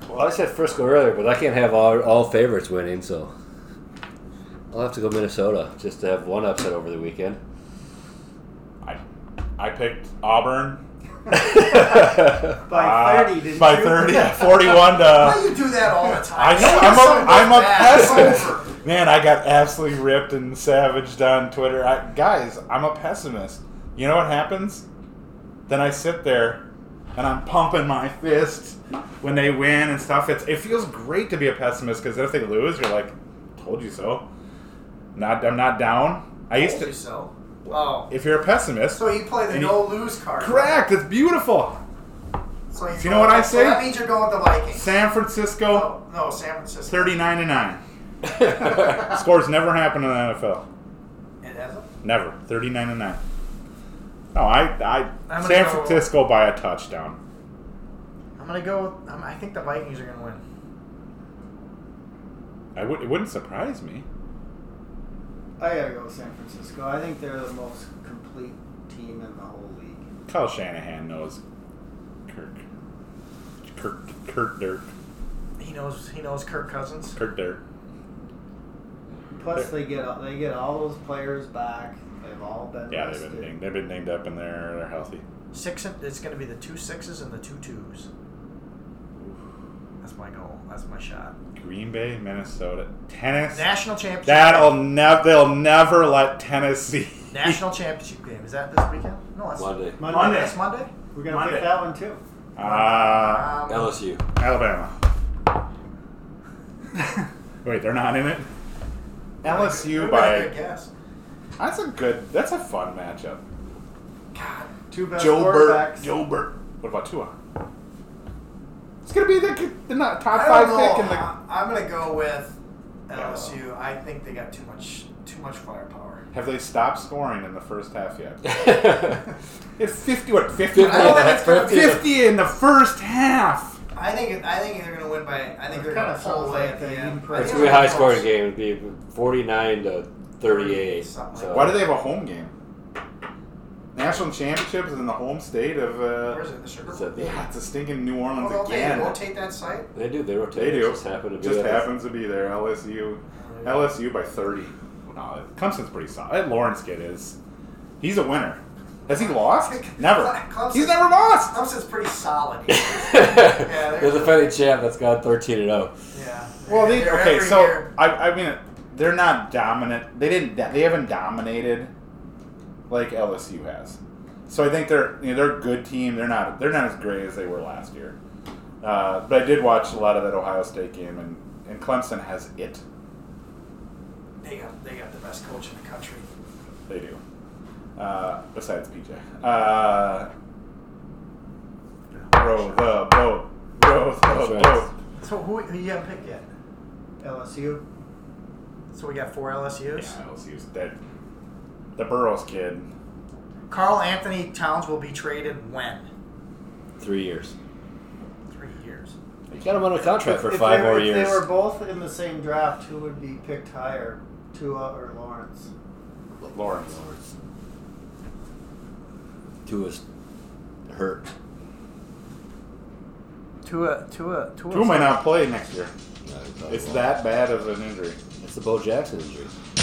D: Well, I said Frisco earlier, but I can't have all, all favorites winning, so I'll have to go Minnesota just to have one upset over the weekend.
A: I I picked Auburn
B: By
A: uh,
B: 30, didn't
A: by
B: you?
A: 30, 41
C: Why do
A: to.
C: you do that all the time?
A: I know
C: If something
A: I'm up, I'm
C: goes bad, it's over.
A: pessimist. Man, I got absolutely ripped and savaged on Twitter. I, guys, I'm a pessimist. You know what happens? Then I sit there and I'm pumping my fist when they win and stuff. It's it feels great to be a pessimist because if they lose, you're like, told you so. Not I'm not down. I used
C: Told you
A: to.
C: so. Oh,
A: If you're a pessimist,
C: so you play the
A: And you-
C: no lose card.
A: correct. It's beautiful.
C: So
A: You know what I
C: so
A: say?
C: that means you're going with the Vikings.
A: San Francisco,
C: No, no, San Francisco.
A: thirty-nine to nine. Scores never happen in the NFL.
C: It hasn't.
A: Never. 39 to 9. No, I, I
C: gonna
A: San
C: go-
A: Francisco by a touchdown.
C: I'm gonna go. With, um, I think the Vikings are gonna win.
A: I would, it wouldn't surprise me.
B: I gotta go with San Francisco. I think they're the most complete team in the whole league.
A: Kyle Shanahan knows Kirk. Kirk, Kirk Dirt.
C: He knows. He knows Kirk Cousins.
A: Kirk Dirt.
B: Plus, they get all- they get all those players back. They've all been
A: Yeah, they've been
B: rested.
A: named, they've been named up and they're, they're healthy.
C: Six. and- It's gonna be the two sixes and the two twos. That's my goal. That's my shot.
A: Green Bay, Minnesota. Tennis.
C: National championship.
A: That'll never. They'll never let Tennessee.
C: National championship game. Is that this weekend? No, that's
D: Monday.
B: Monday.
A: Monday.
C: That's Monday.
B: We're gonna
A: Monday.
B: pick that one too.
A: Uh,
C: Um,
D: LSU.
A: Alabama. Wait, they're not in it. LSU
C: would've
A: by.
C: been a good guess.
A: That's a good. That's a fun matchup.
B: Two best
A: Joe Burt.
B: quarterbacks.
A: Joe Burt. What about Tua? It's gonna be the, the not- top
C: I
A: five
C: don't
A: pick
C: know.
A: in the.
C: I- I'm gonna go with LSU. I think they got too much too much firepower.
A: Have they stopped scoring in the first half yet? It's fifty. What fifty?
D: Fifty.
C: I don't think it's gonna
D: Fifty.
A: Fifty in the first half.
C: I think I think they're gonna win by. I think
B: It kinda
C: they're gonna pull
B: sounds
C: away
B: like
C: at the
B: they
C: end.
B: impressed.
D: It's
C: I
D: gonna be
C: think
D: a
C: they're
D: high
C: close.
D: scoring game. It'd be 49 to 38.
C: Something
D: So-
C: like
A: Why do they have a home game? National championship is in the home state of.
C: Where's
A: Uh,
C: it? The Sugar
D: Is
C: Bowl.
D: that the-
A: yeah, it's a stinking New
C: Oh,
A: Orleans
C: don't they
A: again.
C: rotate that site?
D: They do. They rotate.
A: They
D: It
A: do.
D: Just happen to be
A: Just
D: at the-
A: happens to be there. LSU, LSU by thirty. No, Clemson's pretty solid. That Lawrence kid is. He's a winner. Has he lost? Never.
C: Clemson- Oh,
A: He's never lost.
C: Clemson's pretty solid. yeah.
D: They're the defending champ that's gone 13 and oh. 0.
A: Well, they
C: They're
A: okay.
C: every
A: So
C: year.
A: I, I mean, they're not dominant. They didn't. They haven't dominated like LSU has. So I think they're you know they're a good team. They're not they're not as great as they were last year. Uh, but I did watch a lot of that Ohio State game, and, and Clemson has it.
C: they got they got the best coach in the country.
A: They do. Uh, besides PJ. Uh, row the boat. Row
D: That's
A: the
D: right.
A: boat.
C: So who, who you haven't picked yet?
B: LSU.
C: So we got four LSUs.
A: Yeah, LSU's dead. The Burroughs kid.
C: Carl Anthony Towns will be traded when?
D: Three years.
C: Three years.
D: You got him under contract for
B: If
D: five
B: they were-
D: more
B: if
D: years.
B: They were both in the same draft. Who would be picked higher, Tua or Lawrence?
A: Lawrence.
D: Tua's hurt.
C: Tua, Tua, Tua.
A: Who might not play next year?
D: No, he probably
A: It's
D: won't.
A: that bad of an injury.
D: It's the Bo Jackson injury.